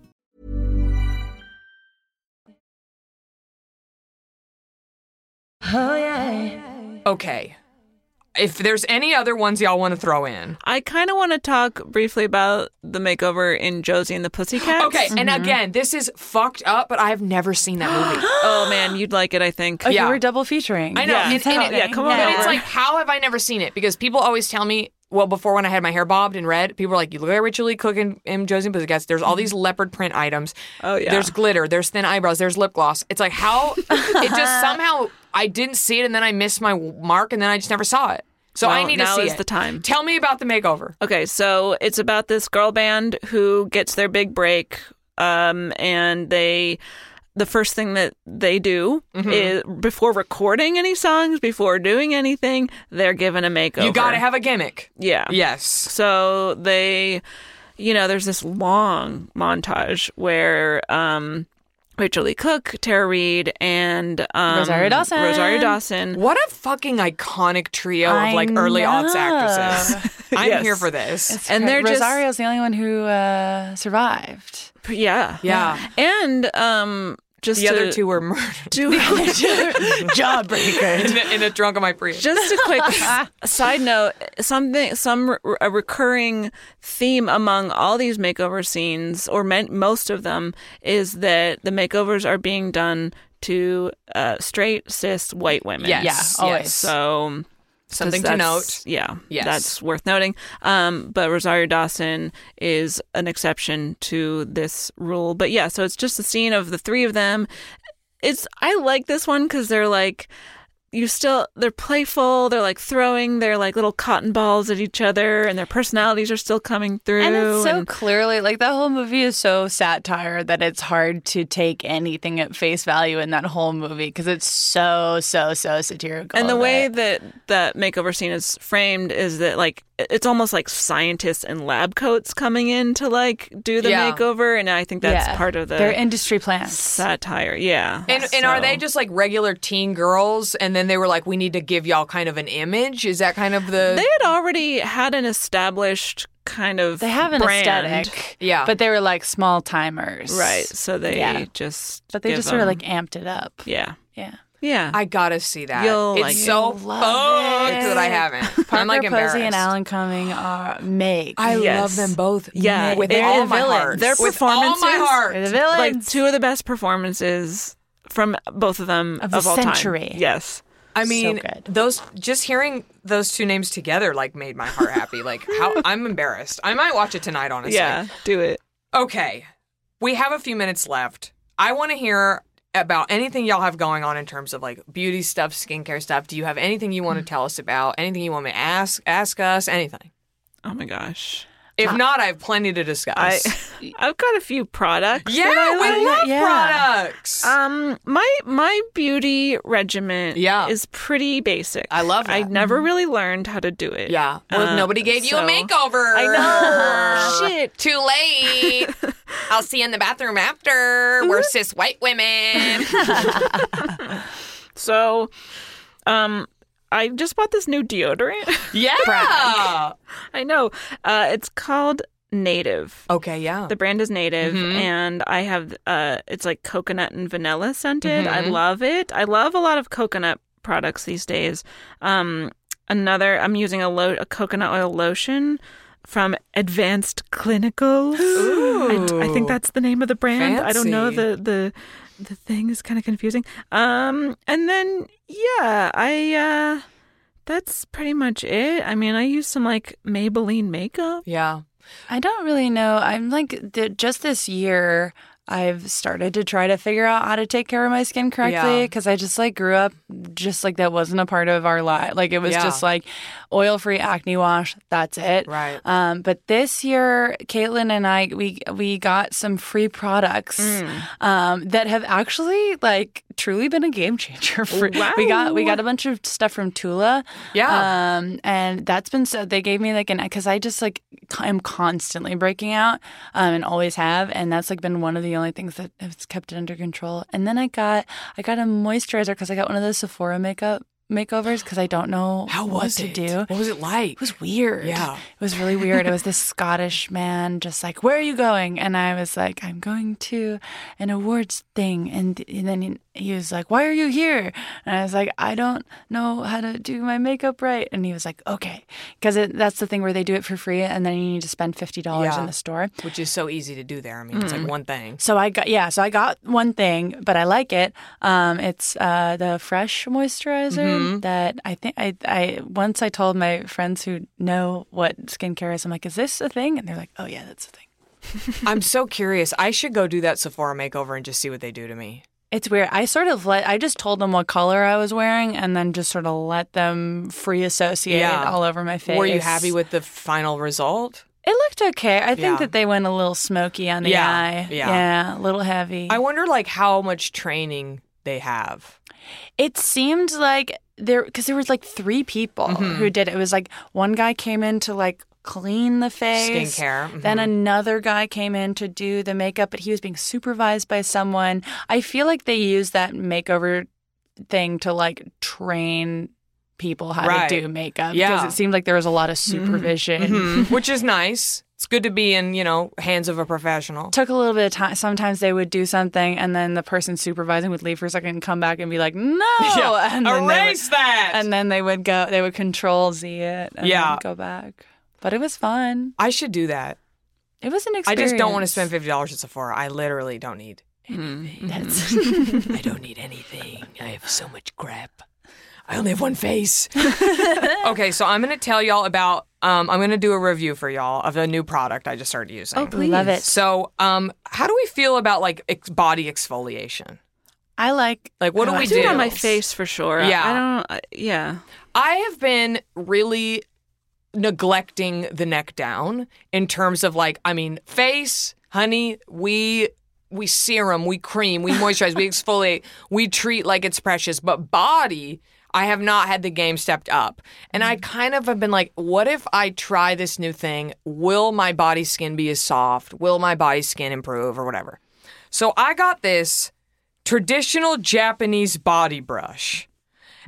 [SPEAKER 2] Okay. If there's any other ones y'all want to throw in.
[SPEAKER 4] I kind of want to talk briefly about the makeover in Josie and the Pussycats.
[SPEAKER 2] Okay, and
[SPEAKER 3] Mm-hmm.
[SPEAKER 2] again, this is fucked up, but I have never seen that
[SPEAKER 3] *gasps*
[SPEAKER 2] movie.
[SPEAKER 4] Oh man, you'd like it, I think.
[SPEAKER 3] Oh,
[SPEAKER 2] yeah.
[SPEAKER 3] you were double featuring.
[SPEAKER 2] I know.
[SPEAKER 4] Yeah.
[SPEAKER 2] and- and it-
[SPEAKER 4] Yeah, come on
[SPEAKER 2] But
[SPEAKER 4] over.
[SPEAKER 2] it's like, how have I never seen it? Because people always tell me, well, before when I had my hair bobbed and red, people were like, you look like Rachel Lee Cook and, and Josie and Pussycats. There's all these leopard print items.
[SPEAKER 4] Oh, yeah.
[SPEAKER 2] There's glitter. There's thin eyebrows. There's lip gloss. It's like,
[SPEAKER 3] *laughs*
[SPEAKER 2] how? it just somehow, I didn't see it, and then I missed my mark, and then I just never saw it. So I
[SPEAKER 4] Well,
[SPEAKER 2] need
[SPEAKER 4] now
[SPEAKER 2] to see
[SPEAKER 4] is
[SPEAKER 2] it.
[SPEAKER 4] the time.
[SPEAKER 2] Tell me about the makeover.
[SPEAKER 4] Okay, so it's about this girl band who gets their big break, um, and they. The first thing that they do
[SPEAKER 2] Mm-hmm.
[SPEAKER 4] is before recording any songs, before doing anything, they're given a makeover.
[SPEAKER 2] You got to have a gimmick.
[SPEAKER 4] yeah,
[SPEAKER 2] Yes.
[SPEAKER 4] So they, you know, there's this long montage where um, Rachel Lee Cook, Tara Reid, and um,
[SPEAKER 3] Rosario Dawson.
[SPEAKER 4] Rosario Dawson.
[SPEAKER 2] What a fucking iconic trio
[SPEAKER 3] I
[SPEAKER 2] of like early aughts
[SPEAKER 3] know.
[SPEAKER 4] *laughs*
[SPEAKER 2] actresses. I'm
[SPEAKER 4] Yes.
[SPEAKER 2] here for this.
[SPEAKER 4] And they're just-
[SPEAKER 3] Rosario's the only one who uh,
[SPEAKER 4] *laughs*
[SPEAKER 3] survived.
[SPEAKER 4] Yeah,
[SPEAKER 2] Yeah.
[SPEAKER 4] and um, just
[SPEAKER 2] The
[SPEAKER 4] to,
[SPEAKER 2] other two were murdered.
[SPEAKER 3] Jawbreaker.
[SPEAKER 2] in, a, in a drunk on my Prius.
[SPEAKER 4] *laughs* just a
[SPEAKER 2] *laughs*
[SPEAKER 4] quick s- side note something some re- a recurring theme among all these makeover scenes or men, most of them is that the makeovers are being done to uh, straight cis white women
[SPEAKER 3] Yes, Yeah, always. yes.
[SPEAKER 4] so
[SPEAKER 2] Uh, Something
[SPEAKER 4] 'cause
[SPEAKER 2] to
[SPEAKER 4] that's-
[SPEAKER 2] note.
[SPEAKER 4] yeah
[SPEAKER 2] Yes.
[SPEAKER 4] that's worth noting um, but rosario dawson is an exception to this rule but yeah so it's just a scene of the three of them it's i like this one because they're like you still they're playful they're like throwing their like little cotton balls at each other and their personalities are still coming
[SPEAKER 3] *laughs*
[SPEAKER 4] through
[SPEAKER 3] And it's so
[SPEAKER 4] and-
[SPEAKER 3] clearly like that whole movie is so satire that it's hard to take anything at face value in that whole movie because it's so so so satirical.
[SPEAKER 4] and the way
[SPEAKER 3] that-
[SPEAKER 4] that that makeover scene is framed is that like it's almost like scientists in lab coats coming in to like do the
[SPEAKER 2] Yeah.
[SPEAKER 4] makeover and i think that's
[SPEAKER 3] Yeah.
[SPEAKER 4] part of the
[SPEAKER 3] their industry plans.
[SPEAKER 4] satire yeah
[SPEAKER 2] And, and are
[SPEAKER 4] So-
[SPEAKER 2] they just like regular teen girls? And then they were like, we need to give y'all kind of an image. Is that kind of the.
[SPEAKER 4] they had already had an established kind of
[SPEAKER 3] They have an
[SPEAKER 4] brand.
[SPEAKER 3] aesthetic,
[SPEAKER 2] Yeah.
[SPEAKER 3] but they were like small timers,
[SPEAKER 4] right so they
[SPEAKER 3] Yeah.
[SPEAKER 4] just
[SPEAKER 3] But they
[SPEAKER 4] give
[SPEAKER 3] just sort of
[SPEAKER 4] them-
[SPEAKER 3] like amped it up.
[SPEAKER 4] yeah
[SPEAKER 3] Yeah.
[SPEAKER 4] yeah
[SPEAKER 2] I gotta see that.
[SPEAKER 4] You'll
[SPEAKER 2] it's
[SPEAKER 4] like it.
[SPEAKER 2] so
[SPEAKER 3] You'll
[SPEAKER 2] fucked
[SPEAKER 3] love it.
[SPEAKER 2] that I haven't.
[SPEAKER 3] Parker
[SPEAKER 2] I'm like embarrassed.
[SPEAKER 3] Posey and Alan Cumming are make.
[SPEAKER 2] I
[SPEAKER 4] Yes.
[SPEAKER 2] love them both.
[SPEAKER 4] Yeah,
[SPEAKER 2] with
[SPEAKER 4] they're
[SPEAKER 2] all
[SPEAKER 4] the
[SPEAKER 2] my
[SPEAKER 4] villains.
[SPEAKER 2] heart.
[SPEAKER 4] Their
[SPEAKER 2] with all my
[SPEAKER 4] performances-
[SPEAKER 2] heart.
[SPEAKER 3] They're the villains.
[SPEAKER 4] like two of the best performances from both of them
[SPEAKER 3] Of the
[SPEAKER 4] all
[SPEAKER 3] century.
[SPEAKER 4] time. Yes.
[SPEAKER 2] I mean,
[SPEAKER 3] good.
[SPEAKER 2] those just hearing those two names together like made my heart happy. like how I'm embarrassed. I might watch it tonight. Honestly,
[SPEAKER 4] Yeah. Do it.
[SPEAKER 2] Okay, we have a few minutes left. I want to hear about anything y'all have going on in terms of like beauty stuff, skincare stuff. Do you have anything you want to tell us about? Anything you want me to ask ask us? Anything?
[SPEAKER 4] Oh my gosh.
[SPEAKER 2] If not, I have plenty to discuss.
[SPEAKER 4] I *laughs* I've got a few products.
[SPEAKER 2] *laughs* yeah,
[SPEAKER 4] that I
[SPEAKER 2] we
[SPEAKER 4] like.
[SPEAKER 2] love
[SPEAKER 3] yeah.
[SPEAKER 2] products.
[SPEAKER 4] Um, my my beauty regimen
[SPEAKER 2] Yeah.
[SPEAKER 4] is pretty basic.
[SPEAKER 2] I love
[SPEAKER 4] I
[SPEAKER 2] that.
[SPEAKER 4] never really learned how to do it.
[SPEAKER 2] yeah. Well,
[SPEAKER 4] Uh,
[SPEAKER 2] nobody gave you a
[SPEAKER 4] so-
[SPEAKER 2] makeover.
[SPEAKER 4] I know. Shit.
[SPEAKER 2] *laughs* Too
[SPEAKER 4] *laughs*
[SPEAKER 2] late. I'll see you in the bathroom after. We're cis white
[SPEAKER 4] *laughs*
[SPEAKER 2] women.
[SPEAKER 4] So, um, I just bought this new deodorant. *laughs*
[SPEAKER 2] yeah.
[SPEAKER 4] I know. Uh, it's called Native.
[SPEAKER 2] Okay. Yeah. Mm-hmm.
[SPEAKER 4] The brand is Native, and I have uh, it's like coconut and vanilla scented.
[SPEAKER 2] Mm-hmm.
[SPEAKER 4] I love it. I love a lot of coconut products these days. Um, another, I'm using a, lo- a coconut oil lotion from Advanced
[SPEAKER 2] *gasps*
[SPEAKER 4] Clinicals. I, d- I think that's the name of the brand. I don't know
[SPEAKER 2] Fancy.
[SPEAKER 4] the the the thing is kind of confusing. Um, and then yeah, I. Uh, that's pretty much it. I mean, I use some like Maybelline makeup.
[SPEAKER 2] yeah.
[SPEAKER 3] I don't really know. I'm like th- just this year. I've started to try to figure out how to take care of my skin correctly
[SPEAKER 2] Yeah.
[SPEAKER 3] because I just like grew up just like that wasn't a part of our life. Like it was
[SPEAKER 2] Yeah.
[SPEAKER 3] just like oil free acne wash. That's it.
[SPEAKER 2] Right.
[SPEAKER 3] Um, but this year, Caitlin and I we we got some free products
[SPEAKER 2] Mm.
[SPEAKER 3] um, that have actually like truly been a game changer. *laughs* For we got we got a bunch of stuff from Tula.
[SPEAKER 2] Yeah.
[SPEAKER 3] Um, and that's been so they gave me like an because I just like c- am constantly breaking out um, and always have, and that's like been one of the only things that has kept it under control. And then I got I got a moisturizer because I got one of those Sephora makeup makeovers because I don't know
[SPEAKER 2] How
[SPEAKER 3] what
[SPEAKER 2] was
[SPEAKER 3] to
[SPEAKER 2] it?
[SPEAKER 3] do.
[SPEAKER 2] What was it like?
[SPEAKER 3] It was weird.
[SPEAKER 2] Yeah.
[SPEAKER 3] It was really weird. It was this Scottish man just like, Where are you going? And I was like, I'm going to an awards thing. And, and then he, he was like, Why are you here? And I was like, I don't know how to do my makeup right. And he was like, Okay. Because that's the thing where they do it for free and then you need to spend $50
[SPEAKER 2] Yeah.
[SPEAKER 3] in the store.
[SPEAKER 2] Which is so easy to do there. I mean, it's
[SPEAKER 3] Mm-hmm.
[SPEAKER 2] like one thing.
[SPEAKER 3] So I got yeah. So I got one thing, but I like it. Um, it's uh, the fresh moisturizer
[SPEAKER 2] Mm-hmm.
[SPEAKER 3] that I think I, I once I told my friends who know what skincare is. I'm like, is this a thing? And they're like, oh yeah, that's a thing.
[SPEAKER 2] I'm so curious. I should go do that Sephora makeover and just see what they do to me.
[SPEAKER 3] It's weird. I sort of let I just told them what color I was wearing, and then just sort of let them free associate
[SPEAKER 2] Yeah.
[SPEAKER 3] all over my face.
[SPEAKER 2] Were you happy with the final result?
[SPEAKER 3] It looked okay. I think
[SPEAKER 2] Yeah.
[SPEAKER 3] that they went a little smoky on the
[SPEAKER 2] Yeah,
[SPEAKER 3] eye.
[SPEAKER 2] yeah.
[SPEAKER 3] yeah, a little heavy.
[SPEAKER 2] I wonder like how much training they have.
[SPEAKER 3] It seemed like there because there was like three people
[SPEAKER 2] Mm-hmm.
[SPEAKER 3] who did it. It was like one guy came in to like clean the face,
[SPEAKER 2] Skincare, mhm.
[SPEAKER 3] Then another guy came in to do the makeup, but he was being supervised by someone. I feel like they use that makeover thing to like train people how
[SPEAKER 2] Right.
[SPEAKER 3] to do makeup
[SPEAKER 2] Yeah. Mm-hmm.
[SPEAKER 3] because it seemed like there was a lot of supervision.
[SPEAKER 2] *laughs* Which is nice. It's good to be in, you know, hands of a
[SPEAKER 3] *laughs*
[SPEAKER 2] professional.
[SPEAKER 3] Took a little bit of time. Sometimes they would do something, and then the person supervising would leave for a second and come back and be like, "No,
[SPEAKER 2] *laughs*
[SPEAKER 3] and then they would-
[SPEAKER 2] Erase that.
[SPEAKER 3] and then they would go they would control z it and
[SPEAKER 2] Yeah.
[SPEAKER 3] then go back but it was fun
[SPEAKER 2] I should do that.
[SPEAKER 3] it was an
[SPEAKER 2] I
[SPEAKER 3] experience
[SPEAKER 2] just don't want to spend fifty dollars at Sephora. I literally don't need.
[SPEAKER 3] That's-
[SPEAKER 2] I don't need anything. I have so much crap. I only have one face. *laughs* okay, so I'm gonna tell y'all about. Um, I'm gonna do a review for y'all of a new product I just started using.
[SPEAKER 4] Oh,
[SPEAKER 3] *laughs* love it
[SPEAKER 2] So, um, how do we feel about like ex- body exfoliation?
[SPEAKER 3] i like
[SPEAKER 2] Like, what do
[SPEAKER 3] I
[SPEAKER 2] we
[SPEAKER 3] like
[SPEAKER 4] do it
[SPEAKER 3] that.
[SPEAKER 4] on my face for sure.
[SPEAKER 2] Yeah.
[SPEAKER 4] I don't. I, yeah,
[SPEAKER 2] I have been really neglecting the neck down in terms of like, I mean, face, honey, we we serum, we cream, we moisturize, we exfoliate, we treat like it's precious, but body I have not had the game stepped up. And I kind of have been like, what if I try this new thing? Will my body skin be as soft? Will my body skin improve or whatever? So I got this traditional Japanese body brush.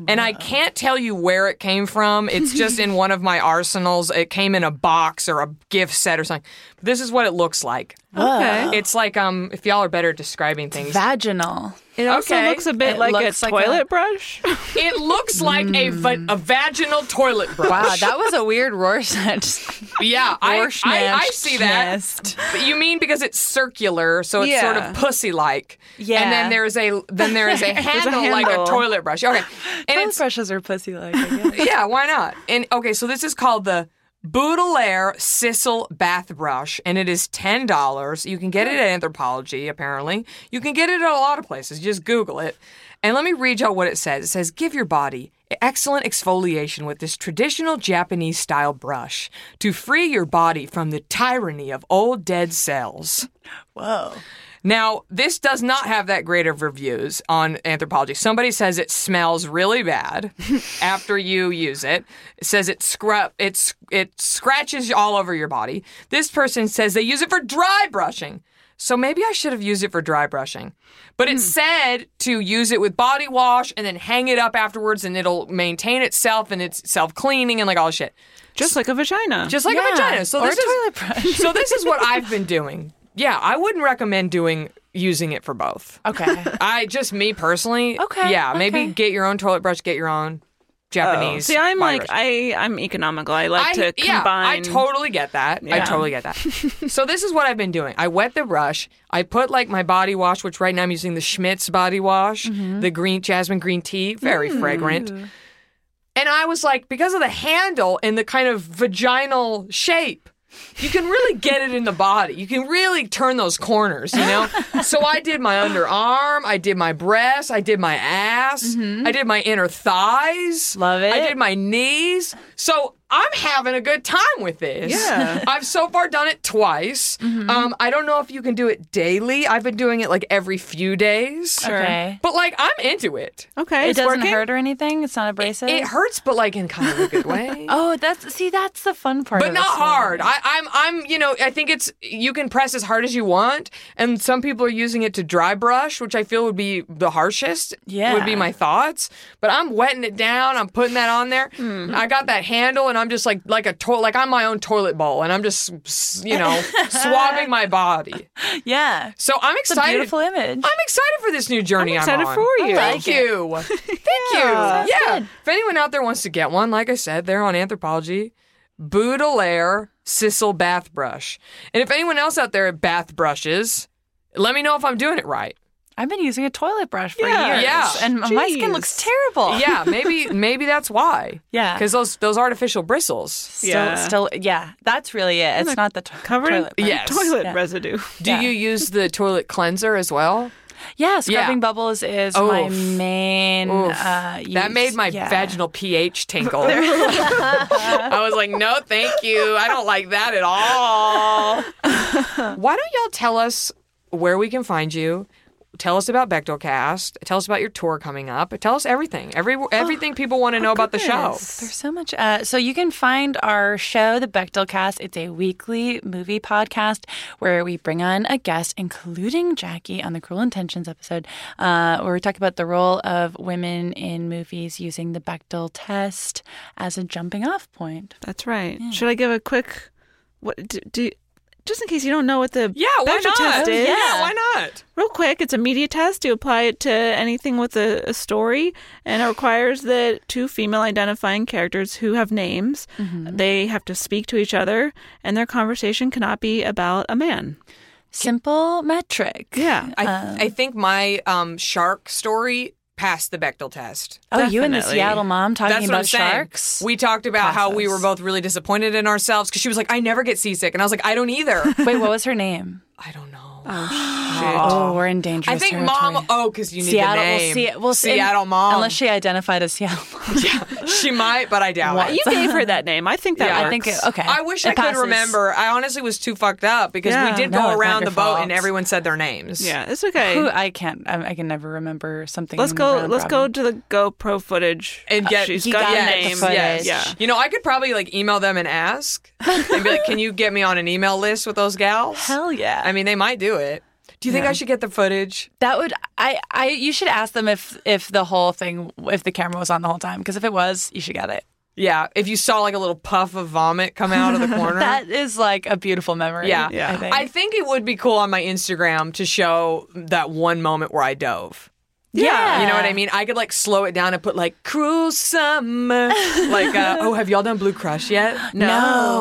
[SPEAKER 2] And I can't tell you where it came from. It's just in one of my arsenals. It came in a box or a gift set or something. This is what it looks like.
[SPEAKER 3] uh,
[SPEAKER 4] Okay.
[SPEAKER 2] It's like um if y'all are better at describing things.
[SPEAKER 3] vaginal
[SPEAKER 4] it also
[SPEAKER 2] Okay.
[SPEAKER 4] looks a bit
[SPEAKER 3] It
[SPEAKER 4] like a
[SPEAKER 3] looks like
[SPEAKER 4] toilet
[SPEAKER 3] a-
[SPEAKER 4] *laughs* brush.
[SPEAKER 2] it looks like a, va- a vaginal toilet brush.
[SPEAKER 3] wow Ah, that was a
[SPEAKER 4] *laughs*
[SPEAKER 3] weird rorschach
[SPEAKER 2] Yeah, I, I, I see that.
[SPEAKER 3] Rorschachnest.
[SPEAKER 2] But you mean because it's circular, so it's sort
[SPEAKER 4] Yeah.
[SPEAKER 2] of pussy-like.
[SPEAKER 3] Yeah.
[SPEAKER 2] And then there's a then there is a handle, like a
[SPEAKER 4] handle.
[SPEAKER 2] toilet brush. Okay. And
[SPEAKER 3] Toilet
[SPEAKER 2] it's *laughs*
[SPEAKER 3] brushes are pussy like
[SPEAKER 2] yeah, why not? And okay, so this is called the Baudelaire Sissel Bath Brush, and it is $10. You can get it at Anthropology, apparently. You can get it at a lot of places. Just Google it. And let me read y'all what it says. It says, Give your body excellent exfoliation with this traditional Japanese style brush to free your body from the tyranny of old dead cells.
[SPEAKER 3] Whoa.
[SPEAKER 2] Now, this does not have that great of reviews on Anthropology. Somebody says it smells really bad after you use it. It says it scrub it's it scratches all over your body. This person says they use it for dry brushing. So maybe I should have used it for dry brushing. But it said to use it with body wash and then hang it up afterwards and it'll maintain itself and it's self-cleaning and like all shit.
[SPEAKER 4] Just like a vagina.
[SPEAKER 2] Just like
[SPEAKER 3] Yeah,
[SPEAKER 2] a vagina. So
[SPEAKER 3] or
[SPEAKER 2] this
[SPEAKER 3] a
[SPEAKER 2] is,
[SPEAKER 3] toilet brush.
[SPEAKER 2] so this is what I've been doing. Yeah, I wouldn't recommend doing using it for both.
[SPEAKER 3] *laughs* Okay.
[SPEAKER 2] *laughs* I just me personally.
[SPEAKER 3] Okay,
[SPEAKER 2] Yeah, maybe
[SPEAKER 3] okay.
[SPEAKER 2] get your own toilet brush, get your own Japanese.
[SPEAKER 4] Oh. See, I'm
[SPEAKER 2] body
[SPEAKER 4] like
[SPEAKER 2] brush.
[SPEAKER 4] I I'm economical. I like to
[SPEAKER 2] yeah, I
[SPEAKER 4] combine.
[SPEAKER 2] totally get that. I
[SPEAKER 4] Yeah.
[SPEAKER 2] totally get that. so this is what I've been doing. I wet the brush. I put like my body wash, which right now I'm using the Schmitz body wash,
[SPEAKER 4] Mm-hmm.
[SPEAKER 2] the green jasmine green tea, very fragrant. And I was like, because of the handle and the kind of vaginal shape, you can really get it in the body. You can really turn those corners, you
[SPEAKER 4] *laughs*
[SPEAKER 2] know? so I did my underarm, I did my breast, I did my ass,
[SPEAKER 4] Mm-hmm.
[SPEAKER 2] I did my inner thighs.
[SPEAKER 3] Love it.
[SPEAKER 2] I did my knees. So I'm having a good time with this.
[SPEAKER 4] Yeah.
[SPEAKER 2] I've so far done it twice. Um, I don't know if you can do it daily. I've been doing it like every few days.
[SPEAKER 3] Okay.
[SPEAKER 2] But like I'm into it.
[SPEAKER 4] okay,
[SPEAKER 3] it
[SPEAKER 4] it's
[SPEAKER 3] doesn't
[SPEAKER 4] working.
[SPEAKER 3] hurt or anything. It's not abrasive.
[SPEAKER 2] It hurts, but like in kind of a good
[SPEAKER 3] *laughs*
[SPEAKER 2] way.
[SPEAKER 3] Oh, that's see, that's the fun part.
[SPEAKER 2] but
[SPEAKER 3] of
[SPEAKER 2] not
[SPEAKER 3] this one.
[SPEAKER 2] hard. I, I'm, I'm, you know, I think it's you can press as hard as you want, and some people are using it to dry brush, which I feel would be the harshest.
[SPEAKER 3] Yeah.
[SPEAKER 2] would be my thoughts. But I'm wetting it down. I'm putting that on there.
[SPEAKER 3] Hmm.
[SPEAKER 2] I got that handle, and I'm just like like a toilet, like I'm my own toilet bowl, and I'm just you
[SPEAKER 3] *laughs*
[SPEAKER 2] know swabbing my body.
[SPEAKER 3] Yeah. It's
[SPEAKER 2] So I'm
[SPEAKER 3] a
[SPEAKER 2] excited.
[SPEAKER 3] beautiful image.
[SPEAKER 2] I'm excited for this new journey. I'm
[SPEAKER 4] excited
[SPEAKER 2] on.
[SPEAKER 4] for you. I
[SPEAKER 2] Thank
[SPEAKER 3] like
[SPEAKER 2] you. Thank you. Yeah. If anyone out there wants to get one, like I said, they're on Anthropology. Baudelaire Sissel Bath Brush. And if anyone else out there at bath brushes, let me know if I'm doing it right.
[SPEAKER 3] I've been using a toilet brush for
[SPEAKER 4] Yeah.
[SPEAKER 3] years,
[SPEAKER 2] Yeah.
[SPEAKER 3] and my skin
[SPEAKER 4] Jeez.
[SPEAKER 3] looks terrible.
[SPEAKER 2] Yeah, maybe maybe that's why.
[SPEAKER 3] Oh. Yeah.
[SPEAKER 2] Because those those artificial bristles.
[SPEAKER 3] Still,
[SPEAKER 4] Yeah.
[SPEAKER 3] still, yeah. That's really it. It's not the to-
[SPEAKER 4] Covered in
[SPEAKER 3] toilet. brush.
[SPEAKER 2] Yes.
[SPEAKER 4] toilet
[SPEAKER 3] Yeah.
[SPEAKER 4] residue.
[SPEAKER 2] Do
[SPEAKER 3] Yeah.
[SPEAKER 2] you use the toilet cleanser as well?
[SPEAKER 3] Yeah, scrubbing
[SPEAKER 2] Yeah.
[SPEAKER 3] bubbles is my
[SPEAKER 2] Oof.
[SPEAKER 3] main.
[SPEAKER 2] Oof.
[SPEAKER 3] Uh,
[SPEAKER 2] that
[SPEAKER 3] use.
[SPEAKER 2] made my
[SPEAKER 3] Yeah.
[SPEAKER 2] vaginal pH tinkle.
[SPEAKER 3] *laughs*
[SPEAKER 2] I was like, no, thank you. I don't like that at
[SPEAKER 3] *laughs*
[SPEAKER 2] all. Why don't y'all tell us where we can find you? Tell us about Bechtelcast. Tell us about your tour coming up. Tell us everything. Every
[SPEAKER 3] Oh,
[SPEAKER 2] everything people want to know about the show.
[SPEAKER 3] There's so much. Uh, so you can find our show, The Bechtel Cast. It's a weekly movie podcast where we bring on a guest, including Jackie on the Cruel Intentions episode, uh, where we talk about the role of women in movies using the Bechtel test as a jumping off point.
[SPEAKER 4] That's right. Should I give a quick? What do, do just in case you don't know what the
[SPEAKER 2] Yeah, why
[SPEAKER 4] Bechdel
[SPEAKER 2] not?
[SPEAKER 4] test is?
[SPEAKER 2] Yeah, why not?
[SPEAKER 4] Real quick, it's a media test. You apply it to anything with a, a story, and it requires that two female identifying characters who have names, they have to speak to each other, and their conversation cannot be about a man.
[SPEAKER 3] Simple metric. Um,
[SPEAKER 4] Yeah.
[SPEAKER 2] I I think my um, shark story passed the Bechtel test.
[SPEAKER 3] Oh, you and the
[SPEAKER 4] Definitely.
[SPEAKER 3] Seattle mom talking
[SPEAKER 2] That's what
[SPEAKER 3] about
[SPEAKER 2] I'm saying.
[SPEAKER 3] sharks.
[SPEAKER 2] We talked about how we were
[SPEAKER 3] Process.
[SPEAKER 2] both really disappointed in ourselves because she was like, "I never get seasick," and I was like, "I don't either."
[SPEAKER 3] *laughs* Wait, what was
[SPEAKER 2] *laughs*
[SPEAKER 3] her name?
[SPEAKER 2] I don't know.
[SPEAKER 3] Oh, we're in dangerous
[SPEAKER 2] I think
[SPEAKER 3] territory.
[SPEAKER 2] mom. Oh, because you need
[SPEAKER 3] Seattle,
[SPEAKER 2] the name.
[SPEAKER 3] Well, see, well, see-
[SPEAKER 2] Seattle mom. *laughs*
[SPEAKER 3] Unless she identified as Seattle mom.
[SPEAKER 2] she might, but I doubt
[SPEAKER 3] What?
[SPEAKER 2] it.
[SPEAKER 4] Uh, you gave her *laughs* that name. I think that
[SPEAKER 2] Yeah,
[SPEAKER 3] I
[SPEAKER 4] works.
[SPEAKER 3] think it, okay.
[SPEAKER 2] I wish
[SPEAKER 3] It
[SPEAKER 2] I
[SPEAKER 3] passes.
[SPEAKER 2] could remember. I honestly was too fucked up because
[SPEAKER 4] Yeah.
[SPEAKER 2] we did
[SPEAKER 3] No, it's
[SPEAKER 2] go
[SPEAKER 3] not
[SPEAKER 2] around
[SPEAKER 3] your
[SPEAKER 2] the boat
[SPEAKER 3] fault.
[SPEAKER 2] and everyone said their names.
[SPEAKER 4] Yeah, it's okay.
[SPEAKER 3] Who I can't. I, I can never remember something.
[SPEAKER 4] let's
[SPEAKER 3] in
[SPEAKER 4] go.
[SPEAKER 3] round
[SPEAKER 4] Let's go
[SPEAKER 3] robin.
[SPEAKER 4] to the GoPro footage.
[SPEAKER 2] And get-
[SPEAKER 4] Uh, she's
[SPEAKER 3] You
[SPEAKER 4] got,
[SPEAKER 3] got
[SPEAKER 4] the
[SPEAKER 3] it, the
[SPEAKER 4] name.
[SPEAKER 3] footage.
[SPEAKER 4] Yes. Yeah.
[SPEAKER 2] You know, I could probably like email them and ask and be like, "Can you get me on an email list with those gals?"
[SPEAKER 3] Hell yeah!
[SPEAKER 2] I mean, they might do it. Do you think I should get the footage?
[SPEAKER 3] that would. I. I. You should ask them if if the whole thing if the camera was on the whole time because if it was, you should get it.
[SPEAKER 2] Yeah, if you saw like a little puff of vomit come out of
[SPEAKER 3] *laughs*
[SPEAKER 2] the corner.
[SPEAKER 3] That is like a beautiful memory.
[SPEAKER 2] Uh-huh. Yeah.
[SPEAKER 4] Yeah.
[SPEAKER 3] I think.
[SPEAKER 2] I think it would be cool on my Instagram to show that one moment where I dove.
[SPEAKER 3] yeah.
[SPEAKER 2] You know what I mean? I could like slow it down and put like cruel
[SPEAKER 3] *laughs*
[SPEAKER 2] summer. like, uh, oh, have y'all done Blue Crush yet?
[SPEAKER 3] No.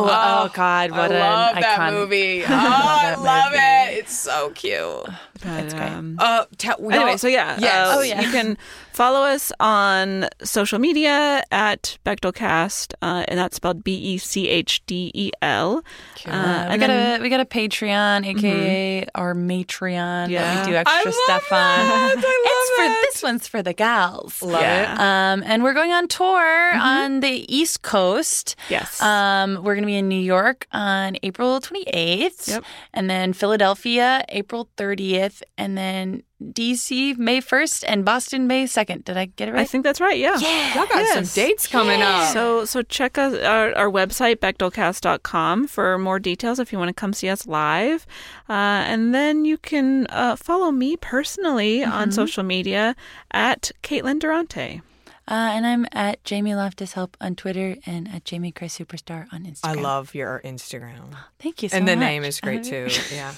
[SPEAKER 3] Oh, God, what
[SPEAKER 2] I
[SPEAKER 3] an
[SPEAKER 2] love that
[SPEAKER 3] iconic- *laughs*
[SPEAKER 2] movie. Oh,
[SPEAKER 3] I
[SPEAKER 2] I
[SPEAKER 3] love
[SPEAKER 2] love
[SPEAKER 3] that
[SPEAKER 2] it. It's so cute.
[SPEAKER 4] But, um,
[SPEAKER 2] Uh, tell we
[SPEAKER 4] Anyway,
[SPEAKER 2] all-
[SPEAKER 4] so yeah,
[SPEAKER 2] Yes.
[SPEAKER 4] uh,
[SPEAKER 2] Oh, yeah.
[SPEAKER 4] you can follow us on social media at Bechdelcast, uh, and that's spelled B E C H D E L.
[SPEAKER 3] Uh, we
[SPEAKER 4] Uh, and
[SPEAKER 3] got
[SPEAKER 4] then- Mm-hmm.
[SPEAKER 3] a we got a Patreon, aka our Matreon that
[SPEAKER 4] Yeah.
[SPEAKER 3] we do extra stuff on. *laughs* it's for this one's for the gals.
[SPEAKER 2] Love
[SPEAKER 4] Yeah.
[SPEAKER 2] it.
[SPEAKER 3] Um, and we're going on tour on the East Coast.
[SPEAKER 4] Mm-hmm. Yes.
[SPEAKER 3] Um, we're going to be in New York on April 28th.
[SPEAKER 4] Yep.
[SPEAKER 3] And then Philadelphia, April 30th. And then DC, May 1st. And Boston, May 2nd. Did I get it right?
[SPEAKER 4] I think that's right. Yeah.
[SPEAKER 2] Y'all got
[SPEAKER 4] Yes.
[SPEAKER 2] some dates coming up.
[SPEAKER 4] So so check us, our, our website bechdelcast.com for more details if you want to come see us live, uh, and then you can uh, follow me personally on social media at Caitlin Durante.
[SPEAKER 3] uh, and I'm at Jamie Loftus Help on Twitter and at Jamie Chris Superstar on Instagram.
[SPEAKER 2] I love your Instagram.
[SPEAKER 3] Thank you so
[SPEAKER 2] And the
[SPEAKER 3] much.
[SPEAKER 2] name is great
[SPEAKER 3] Uh,
[SPEAKER 2] too.
[SPEAKER 3] *laughs*
[SPEAKER 2] Yeah.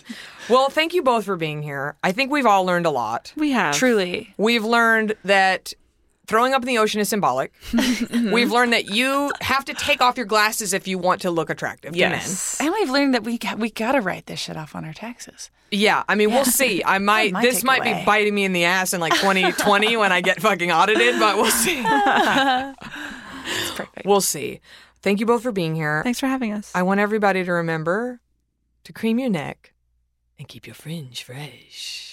[SPEAKER 2] Well, thank you both for being here. I think we've all learned a lot.
[SPEAKER 4] We have
[SPEAKER 3] Truly.
[SPEAKER 2] We've learned that throwing up in the ocean is symbolic. We've learned that you have to take off your glasses if you want to look attractive
[SPEAKER 4] yes.
[SPEAKER 3] And we've learned that we got, we got to write this shit off on our taxes.
[SPEAKER 2] to men. Yeah, I mean, we'll see. I might
[SPEAKER 3] my
[SPEAKER 2] this might be
[SPEAKER 3] takeaway.
[SPEAKER 2] biting me in the ass in like 2020 when I get fucking audited, but we'll see.
[SPEAKER 3] It's perfect.
[SPEAKER 2] We'll see. Thank you both for being here.
[SPEAKER 4] Thanks for having us.
[SPEAKER 2] I want everybody to remember to cream your neck and keep your fringe fresh.